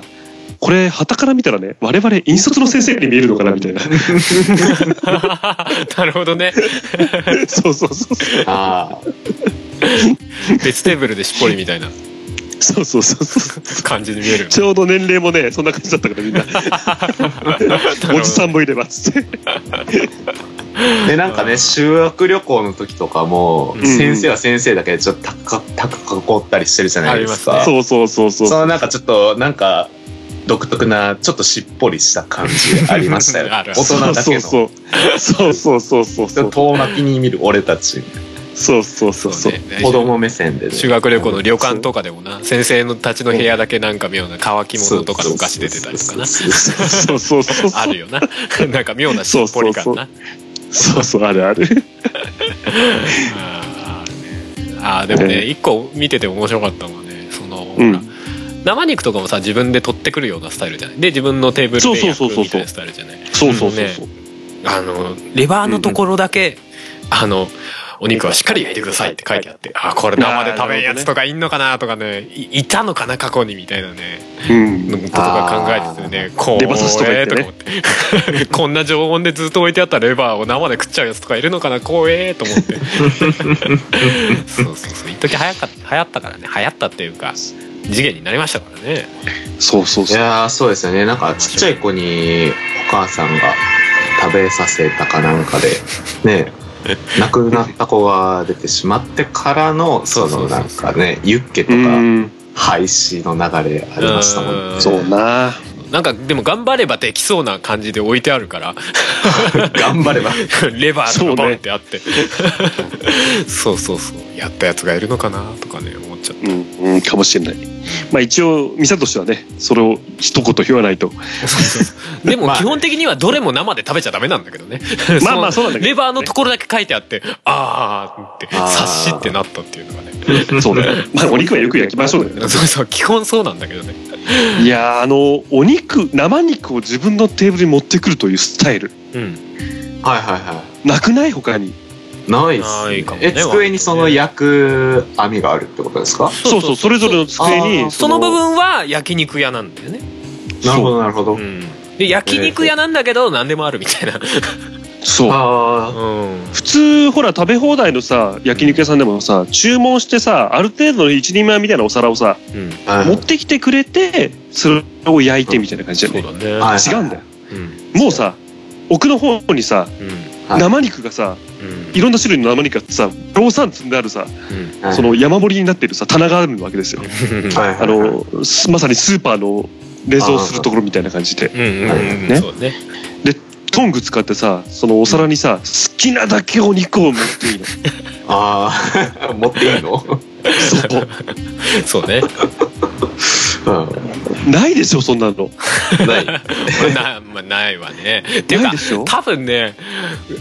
Speaker 5: これ旗から見たらね我々引率の先生に見えるのかなみたいな
Speaker 3: なるほどね
Speaker 5: そうそうそうそう
Speaker 4: ああ。
Speaker 3: 別テーブルでしっぽりみたいな
Speaker 5: そうそうそうそう
Speaker 3: 感じで見える
Speaker 5: ちょうど年齢もねそんな感じだったからみんな おじさんもいればっつって
Speaker 4: で、なんか
Speaker 3: う
Speaker 4: ね、
Speaker 3: ん
Speaker 4: 修学旅行の時とかも、
Speaker 3: うん
Speaker 4: 先生は先生だけでちょっと高か高く囲ったりしてるじゃないです
Speaker 3: あ
Speaker 4: か。
Speaker 5: そうそうそうそう
Speaker 4: そのなんかちょっと、なんか、独特な、ちょっとしっぽりした感じありましたよ
Speaker 3: あるあ。る
Speaker 4: 大人だけの。
Speaker 5: そうそうそうそうそうそうそう
Speaker 4: 遠巻きに見る俺たち。
Speaker 5: そうそうそうそう
Speaker 3: ね
Speaker 4: 子供目線でね。
Speaker 3: 修学旅行の旅館とかでもな先生のたちの部屋だけなんか妙な乾き物とかのお菓子出てたりとかな
Speaker 4: そうそうそう
Speaker 5: そうそうそう
Speaker 3: あるよな なんか妙なしっぽり感な
Speaker 5: そうそうあるある
Speaker 3: あーあーでもね一個見てて面白かったのはねその、
Speaker 5: う
Speaker 3: ほ
Speaker 5: ん
Speaker 3: ら生肉とかもさ自分で取ってくるようなスタイルじゃないで自分のテーブル
Speaker 5: そう
Speaker 3: で
Speaker 5: そう
Speaker 3: 焼
Speaker 5: そう
Speaker 3: く
Speaker 5: そう
Speaker 3: みたいなスタイルじゃない
Speaker 5: そうそうそうそう
Speaker 3: あのレバーのところだけ、あのお肉はしっかり焼いてくださいって書いてあってあこれ生で食べんやつとかいんのかなとかねいいたのかな過去にみたいなね
Speaker 5: うん
Speaker 3: のことか考えててねこ
Speaker 5: レバ刺しとか言
Speaker 3: え
Speaker 5: っ
Speaker 3: と
Speaker 5: て
Speaker 3: か
Speaker 5: ね
Speaker 3: 思って こんな常温でずっと置いてあったレバーを生で食っちゃうやつとかいるのかな怖えと思って そうそうそう一時流行か流行ったからね流行ったっていうか次元になりましたからね
Speaker 5: そうそう
Speaker 4: い
Speaker 5: そう
Speaker 4: やー、そうですよね。なんか、ちっちゃい子に、お母さんが食べさせたかなんかで、ね、亡くなった子が出てしまってからの、
Speaker 3: そ
Speaker 4: そ
Speaker 3: うそ
Speaker 4: の
Speaker 3: うそう
Speaker 4: なんかね、ユッケと
Speaker 5: う
Speaker 4: か、
Speaker 5: ん
Speaker 4: 廃止の流れありましたもん
Speaker 3: う
Speaker 4: ね。
Speaker 3: ん
Speaker 5: そうな
Speaker 3: なんかでも頑張ればできそうな感じで置いてあるから
Speaker 4: 頑張れば。
Speaker 3: レバー
Speaker 5: そ
Speaker 3: と
Speaker 5: う
Speaker 3: か
Speaker 5: ね
Speaker 3: ボンってあって そうそうそうやったやつがいるのかなとかね思っちゃって
Speaker 5: うん、うん、かもしれない。まあ一応、店としてはね、それを一言言わないと。
Speaker 3: でも
Speaker 4: まあ
Speaker 3: 基本的にはどれも生で食べちゃダメなんだけどね
Speaker 5: まあまあ
Speaker 3: そ
Speaker 5: そうなん
Speaker 3: の
Speaker 5: だけど。
Speaker 3: レバーのところだけ書いてあってあーって
Speaker 4: あー
Speaker 3: 察しってなったっていうのがね
Speaker 5: そうね。まあお肉はよく焼きましょうだよね。
Speaker 3: そうそう基本そうなんだけどね
Speaker 5: いやーあのお肉生肉を自分のテーブルに持ってくるというスタイル
Speaker 3: うん。
Speaker 4: はいはいはい
Speaker 5: なくない他に
Speaker 4: ないっ
Speaker 3: ない
Speaker 4: す
Speaker 3: かも
Speaker 4: ね
Speaker 3: ね
Speaker 4: え机にその焼く網があるってことですか
Speaker 5: そうそうそれぞれの机
Speaker 4: あー
Speaker 5: に
Speaker 3: その部分は焼肉屋なんだよね。
Speaker 4: なるほどなるほど、
Speaker 3: うん。で焼肉屋なんだけど何でもあるみたいな。
Speaker 5: そう
Speaker 4: あ
Speaker 3: うん。
Speaker 5: 普通ほら食べ放題のさ焼肉屋さんでもさ注文してさある程度の一人前みたいなお皿をさ
Speaker 3: うん。
Speaker 4: あ、はい
Speaker 5: 持ってきてくれてそれを焼いてみたいな感じ
Speaker 3: そう
Speaker 5: だよね
Speaker 3: だね。
Speaker 4: はい
Speaker 5: 違うんだよ
Speaker 3: うん。
Speaker 5: もうさ奥の方にさ
Speaker 3: うん。
Speaker 4: はい
Speaker 5: 生肉がさ
Speaker 3: うん。
Speaker 5: いろんな種類の生肉がさローサン積んであるさ
Speaker 3: うん。
Speaker 4: はい
Speaker 5: その山盛りになってるさ棚があるわけですよ
Speaker 4: はいはい
Speaker 5: あのすまさにスーパーの冷蔵するところみたいな感じで
Speaker 3: うんうんうん。
Speaker 5: ね
Speaker 3: そうだね。
Speaker 5: トング使ってさそのお皿にさ好きなだけお肉を持っていいの
Speaker 4: ああ持っていいの、
Speaker 5: そう
Speaker 3: そうね。
Speaker 4: う
Speaker 5: ないでしょそんな
Speaker 4: ん、
Speaker 5: の
Speaker 4: ない
Speaker 3: な、まあ、ないわね。ていう
Speaker 5: ない
Speaker 3: か
Speaker 5: で、しょ
Speaker 3: 多分ね、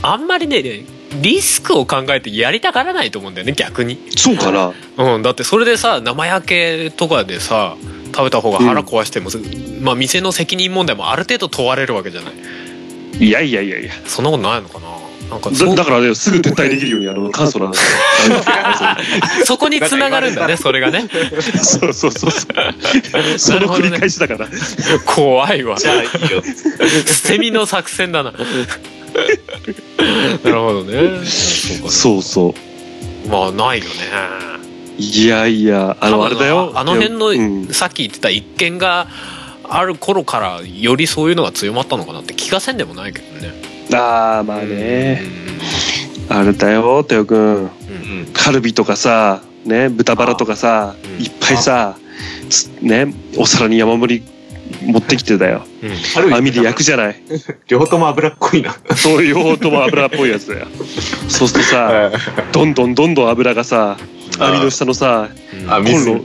Speaker 3: あんまりね、リスクを考えてやりたがらないと思うんだよね、逆に。
Speaker 5: そうかな
Speaker 3: うん、だってそれでさ、生焼けとかでさ、食べた方が腹壊しても、まあ店の責任問題もある程度問われるわけじゃない。
Speaker 5: いやいやいやいや
Speaker 3: そんなことないのかななんかそ
Speaker 5: だだからねすぐ撤退できるようにあの簡素なんだ
Speaker 3: そこにつながるんだね、それが ね。
Speaker 5: そうそうそうそうその繰り返しだから
Speaker 3: 怖いわ。
Speaker 4: じゃあいいよ
Speaker 3: 捨て身の作戦 だな。なるほどね。そうか
Speaker 5: そうそう
Speaker 3: まあ、ないよね。
Speaker 5: いやいやあの
Speaker 3: 多分
Speaker 5: あれだよ
Speaker 3: あの辺の、
Speaker 5: うん
Speaker 3: さっき言ってた一見がある頃からよりそういうのが強まったのかなって気がせんでもないけどね。
Speaker 5: ああまあねあれだよテオくん
Speaker 3: うんうん
Speaker 4: う
Speaker 5: カルビとかさね豚バラとかさ
Speaker 3: あうん
Speaker 5: いっぱいさつねお皿に山盛り持ってきてだよ
Speaker 3: うん
Speaker 4: ん
Speaker 5: 網で焼くじゃない
Speaker 4: 両方とも脂っこいな
Speaker 5: そういうほとも油っぽいやつだよそうするとさどんどんどんどん油がさ網の下のさ
Speaker 3: うん
Speaker 4: あ
Speaker 5: コ
Speaker 4: 水
Speaker 5: ンロ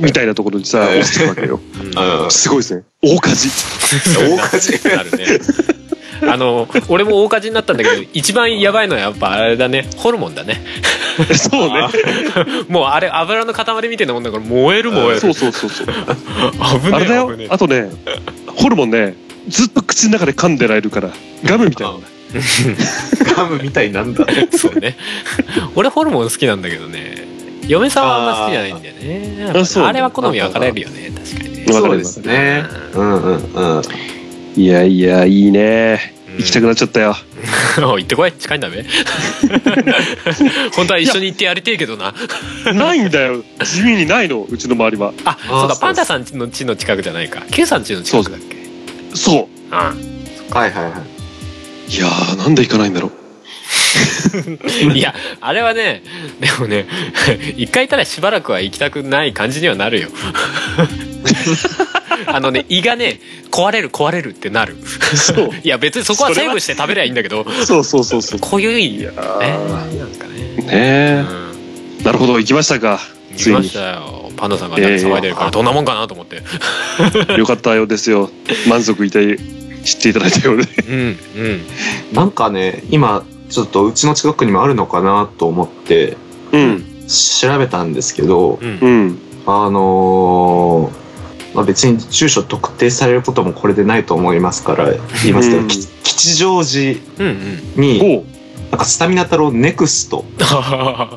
Speaker 5: みたいなところにさ
Speaker 4: はい
Speaker 5: 落ちてるわけ よ
Speaker 3: うん
Speaker 4: うん
Speaker 5: すごいですね大火事
Speaker 4: 大火事
Speaker 3: あるね。 あの俺も大火事になったんだけど一番やばいのはやっぱあれだねホルモンだね
Speaker 5: そうね
Speaker 3: もうあれ油の塊みたいなもんだから燃える燃える
Speaker 5: そうそうそ うそう
Speaker 3: 危ね
Speaker 5: あれだよ
Speaker 3: え危ね
Speaker 5: あとねホルモンねずっと口の中で噛んでられるからガムみたいな
Speaker 4: ガムみたいなんだ
Speaker 3: えそうね俺ホルモン好きなんだけどね嫁さんはあんま好きじゃないんだよね
Speaker 5: あそう
Speaker 3: あれは好み分かれるよね確かにね
Speaker 5: わか
Speaker 4: そ
Speaker 5: る
Speaker 4: うですねうんうんうん
Speaker 5: いやいやいいね
Speaker 3: うん
Speaker 5: 行きたくなっちゃったよ
Speaker 3: おい行ってこい近いんだ べ本当は一緒に行ってやりてえけどな
Speaker 5: ないんだよ地味にないのうちの周りは
Speaker 3: あそうだ
Speaker 4: そう
Speaker 3: パンダさんの家の近くじゃないか Q さん家の近くだっけ
Speaker 5: そう
Speaker 3: あ
Speaker 4: はいはいはい
Speaker 5: いやーなんで行かないんだろう
Speaker 3: いやあれはねでもね一回行ったらしばらくは行きたくない感じにはな るよあのね胃がね壊れる壊れるってな る
Speaker 5: そう
Speaker 3: いや別にそこはセーブして食べりゃいいんだけど
Speaker 5: そうそうそうそう
Speaker 3: こういういね
Speaker 5: あ
Speaker 3: なんですかね、
Speaker 5: ねえ、
Speaker 3: うん
Speaker 5: なるほど行きましたか
Speaker 3: 行
Speaker 5: つ
Speaker 3: き
Speaker 5: い
Speaker 3: ま
Speaker 5: に
Speaker 3: したよパンダさんが騒いでるからどんなもんかなと思って
Speaker 5: よかったようですよ満足いたい知っていただいたようで
Speaker 3: うんうん
Speaker 4: なんかね今ちょっとうちの近くにもあるのかなと思って
Speaker 5: うん
Speaker 4: 調べたんですけど
Speaker 3: うん
Speaker 5: うん
Speaker 4: あのーまあ、別に住所特定されることもこれでないと思いますから言いますけ
Speaker 5: う
Speaker 4: ど
Speaker 5: ん
Speaker 4: き吉祥寺
Speaker 3: うん うん
Speaker 4: に
Speaker 5: おう
Speaker 4: なんかスタミナ太郎ネクスト
Speaker 5: は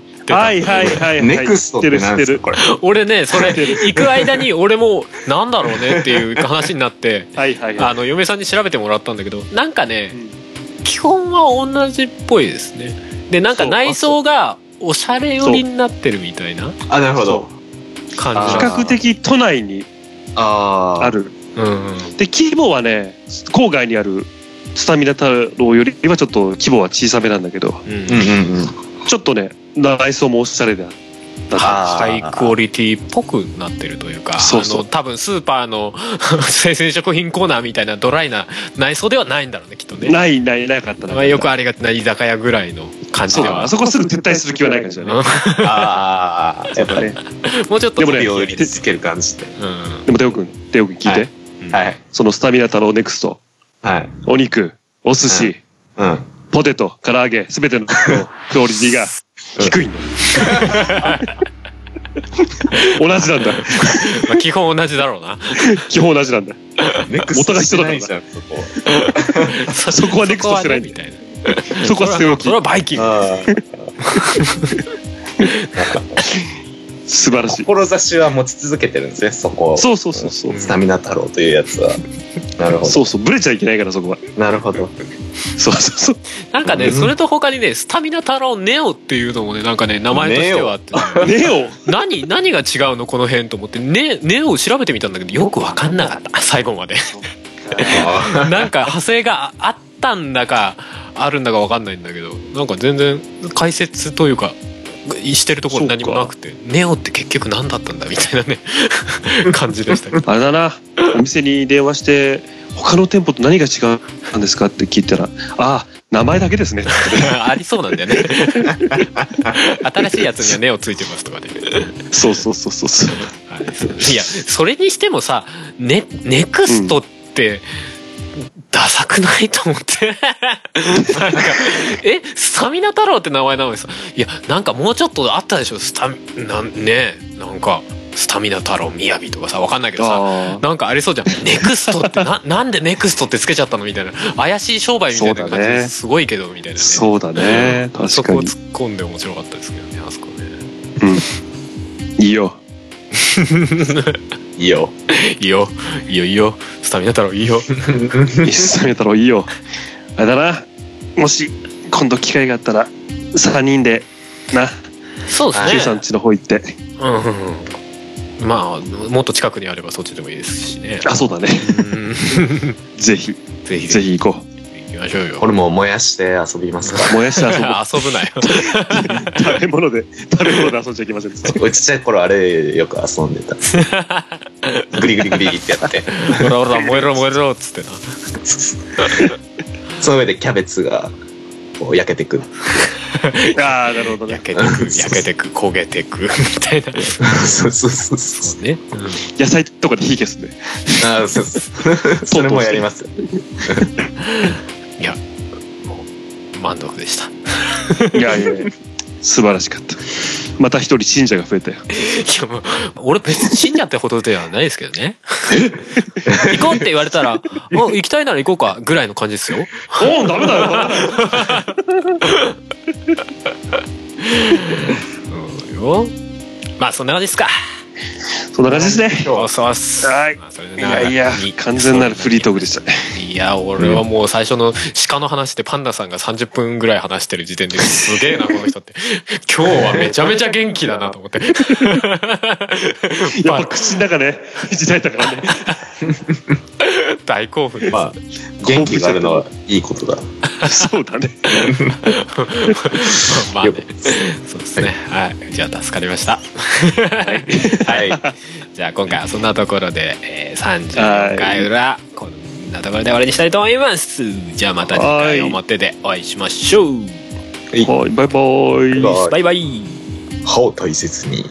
Speaker 5: いいはいはいはい
Speaker 4: ネクストって何ですかこれ
Speaker 3: 俺ねそ れ行く間に俺もなんだろうねっていう話になって
Speaker 5: はいはいはい
Speaker 3: あの嫁さんに調べてもらったんだけどなんかね
Speaker 5: うん
Speaker 3: 基本は同じっぽいですねでなんか
Speaker 5: そう
Speaker 3: 内装がおしゃれ寄りになってるみたいな
Speaker 4: あなるほど
Speaker 3: 感
Speaker 5: 比
Speaker 3: じだ
Speaker 5: 較的都内に
Speaker 4: あ
Speaker 5: あ
Speaker 4: あ
Speaker 5: る
Speaker 3: うんうん
Speaker 5: で規模はね郊外にあるスタミナ太郎よりはちょっと規模は小さめなんだけど
Speaker 3: うん
Speaker 4: うんうんうん
Speaker 5: ちょっとね内装もおしゃれであった
Speaker 4: あー
Speaker 3: ハイクオリティっぽくなってるというか
Speaker 5: そうそう
Speaker 3: あの多分スーパーの 生鮮食品コーナーみたいなドライな内装ではないんだろうねきっとね
Speaker 5: ないないなかったな
Speaker 3: まあ、よくありがちな居酒屋ぐらいの感じ
Speaker 5: そう
Speaker 3: で
Speaker 5: だな
Speaker 3: は
Speaker 5: あそこすぐ撤退する気はない感じだね
Speaker 4: ああ、やっぱね、
Speaker 3: もうちょっと
Speaker 5: でもね
Speaker 4: 手を売りつける感じで。
Speaker 3: うん
Speaker 5: でもテオ君テオ君聞いて、
Speaker 4: はいはい。
Speaker 5: そのスタミナ太郎ネクスト
Speaker 4: はい。
Speaker 5: お肉お寿司、
Speaker 4: うん。
Speaker 5: ポテト 唐揚げ全てのクオリティが低いんだ同じなんだ。
Speaker 3: まあ基本同じだろうな
Speaker 5: 基本同じなんだ。
Speaker 4: ネクストしてないじゃん、そこ。
Speaker 3: そ
Speaker 5: そこはネクストしてな
Speaker 3: そこはね
Speaker 5: い
Speaker 3: みたい
Speaker 5: そこ
Speaker 3: な
Speaker 5: は
Speaker 3: それ
Speaker 5: 強
Speaker 3: は
Speaker 5: 気
Speaker 3: それ。はバイキング
Speaker 4: ああ
Speaker 5: 素晴らしい。
Speaker 4: 志は持ち続けてるんですね、そこを。
Speaker 5: そうそうそうそう。
Speaker 4: スタミナ太郎というやつは。なるほ
Speaker 5: そうそう、ブレちゃいけないから、そこは。
Speaker 4: ど。なるほど。
Speaker 5: そうそうそう。
Speaker 3: なんか
Speaker 4: う
Speaker 3: ね
Speaker 4: ん
Speaker 3: それと他にねスタミナ太郎ネオっていうのもねなんかね名前としてはあって
Speaker 5: ネオ
Speaker 3: 何何が違うのこの辺と思って、ね、ネオを調べてみたんだけどよく分かんなかった最後まで なんか派生があったんだかあるんだか分かんないんだけどなんか全然解説というかしてるところ何もなくてネオって結局何だったんだみたいなね 感じでしたけど
Speaker 5: あれだな。お店に電話して、他の店舗と何が違うんですかって聞いたら、ああ、名前だけですね。
Speaker 3: ありそうなんだよね新しいやつにはネオついてますとかで
Speaker 5: そうそうそうそうそう。
Speaker 3: いやそれにしてもさネネクストって、ダサくないと思ってなんか「えスタミナ太郎」って名前なのにさ「いやなんかもうちょっとあったでしょスタミなんねえなんかスタミナ太郎みやび」とかさわかんないけどさ
Speaker 5: あ
Speaker 3: なんかありそうじゃん「 ネクストってななんでネクストってつけちゃったの?」みたいな怪しい商売みたいな
Speaker 5: そう
Speaker 3: 感じ
Speaker 5: だね
Speaker 3: ですごいけどみたいな
Speaker 5: あ、
Speaker 3: ね
Speaker 5: そうだね。確
Speaker 3: そ
Speaker 5: か
Speaker 3: こを
Speaker 5: に。
Speaker 3: 突っ込んで面白かったですけどねあそこね
Speaker 5: いいよ。
Speaker 4: いいよ。
Speaker 3: いいよいいよいいよスタミナ太郎いいよ
Speaker 5: 一緒にやったらいいよ。あれだな。もし、今度機会があったら、3人で、な、
Speaker 3: そうですね
Speaker 5: Q さん家の方行って。
Speaker 3: うんうんうんまあもっと近くにあればそっちでもいいですしね
Speaker 5: あ、そうだね。
Speaker 3: うん
Speaker 5: ぜひ、
Speaker 3: ぜひ
Speaker 5: ぜ
Speaker 3: ぜひ
Speaker 5: ひ行こう。
Speaker 3: 行きましょうよ
Speaker 4: ホルモンを燃やして遊びますか
Speaker 5: 燃やして遊ぼう。
Speaker 3: 遊ぶな よ
Speaker 5: 食べ物で、食べ物で遊んじゃいけません。
Speaker 4: ら。俺ちっちゃい頃あれよく遊んでた。グリグリグリってや って。
Speaker 3: ほらほら燃えろ燃えろっつってな
Speaker 4: その上でキャベツがこう焼けてくる。
Speaker 5: ああ、なるほどね
Speaker 3: 焼。けてく焼けてく焦げてくみたいな
Speaker 4: そうそうそうそう。
Speaker 3: ね、
Speaker 5: 野菜とかで火消すね。
Speaker 4: ああ、そうそう。それもやります。
Speaker 3: いやもう満足でした
Speaker 5: いやいやいや素晴らしかった。また一人信者が増えたよ。
Speaker 3: いやもう俺別に信者ってほどではないですけど ね行こうって言われたら「もう行きたいなら行こうか」ぐらいの感じですよ
Speaker 5: おお、ダメだよダメだよ。
Speaker 3: うんよまあそんな感じですか
Speaker 5: そんな感じですね。
Speaker 3: そうそうっす。
Speaker 5: はい
Speaker 3: まあそれで
Speaker 5: い
Speaker 3: なんか
Speaker 5: やいや、完全なるフリートークでしたね。
Speaker 3: いや、俺はもう最初の鹿の話でパンダさんが30分ぐらい話してる時点ですげえな、この人 って。今日はめちゃめちゃ元気だなと思って。
Speaker 5: やっぱ口の中ね、時代だからね。
Speaker 3: 大興奮です。
Speaker 4: まあ、元気があるのはいいことだ。
Speaker 5: そうだね。
Speaker 3: まあ
Speaker 4: よ
Speaker 3: ね
Speaker 4: く、
Speaker 3: そうですね。はい。じゃあ助かりました。
Speaker 4: はい。
Speaker 3: じゃあ今回はそんなところで、えー、34回裏、こんなところで終わりにしたいと思います。じゃあまた次回表でお会いしましょう。
Speaker 5: はい、バイバイ。
Speaker 4: バイ
Speaker 3: バイバイ。
Speaker 4: 歯を大切に。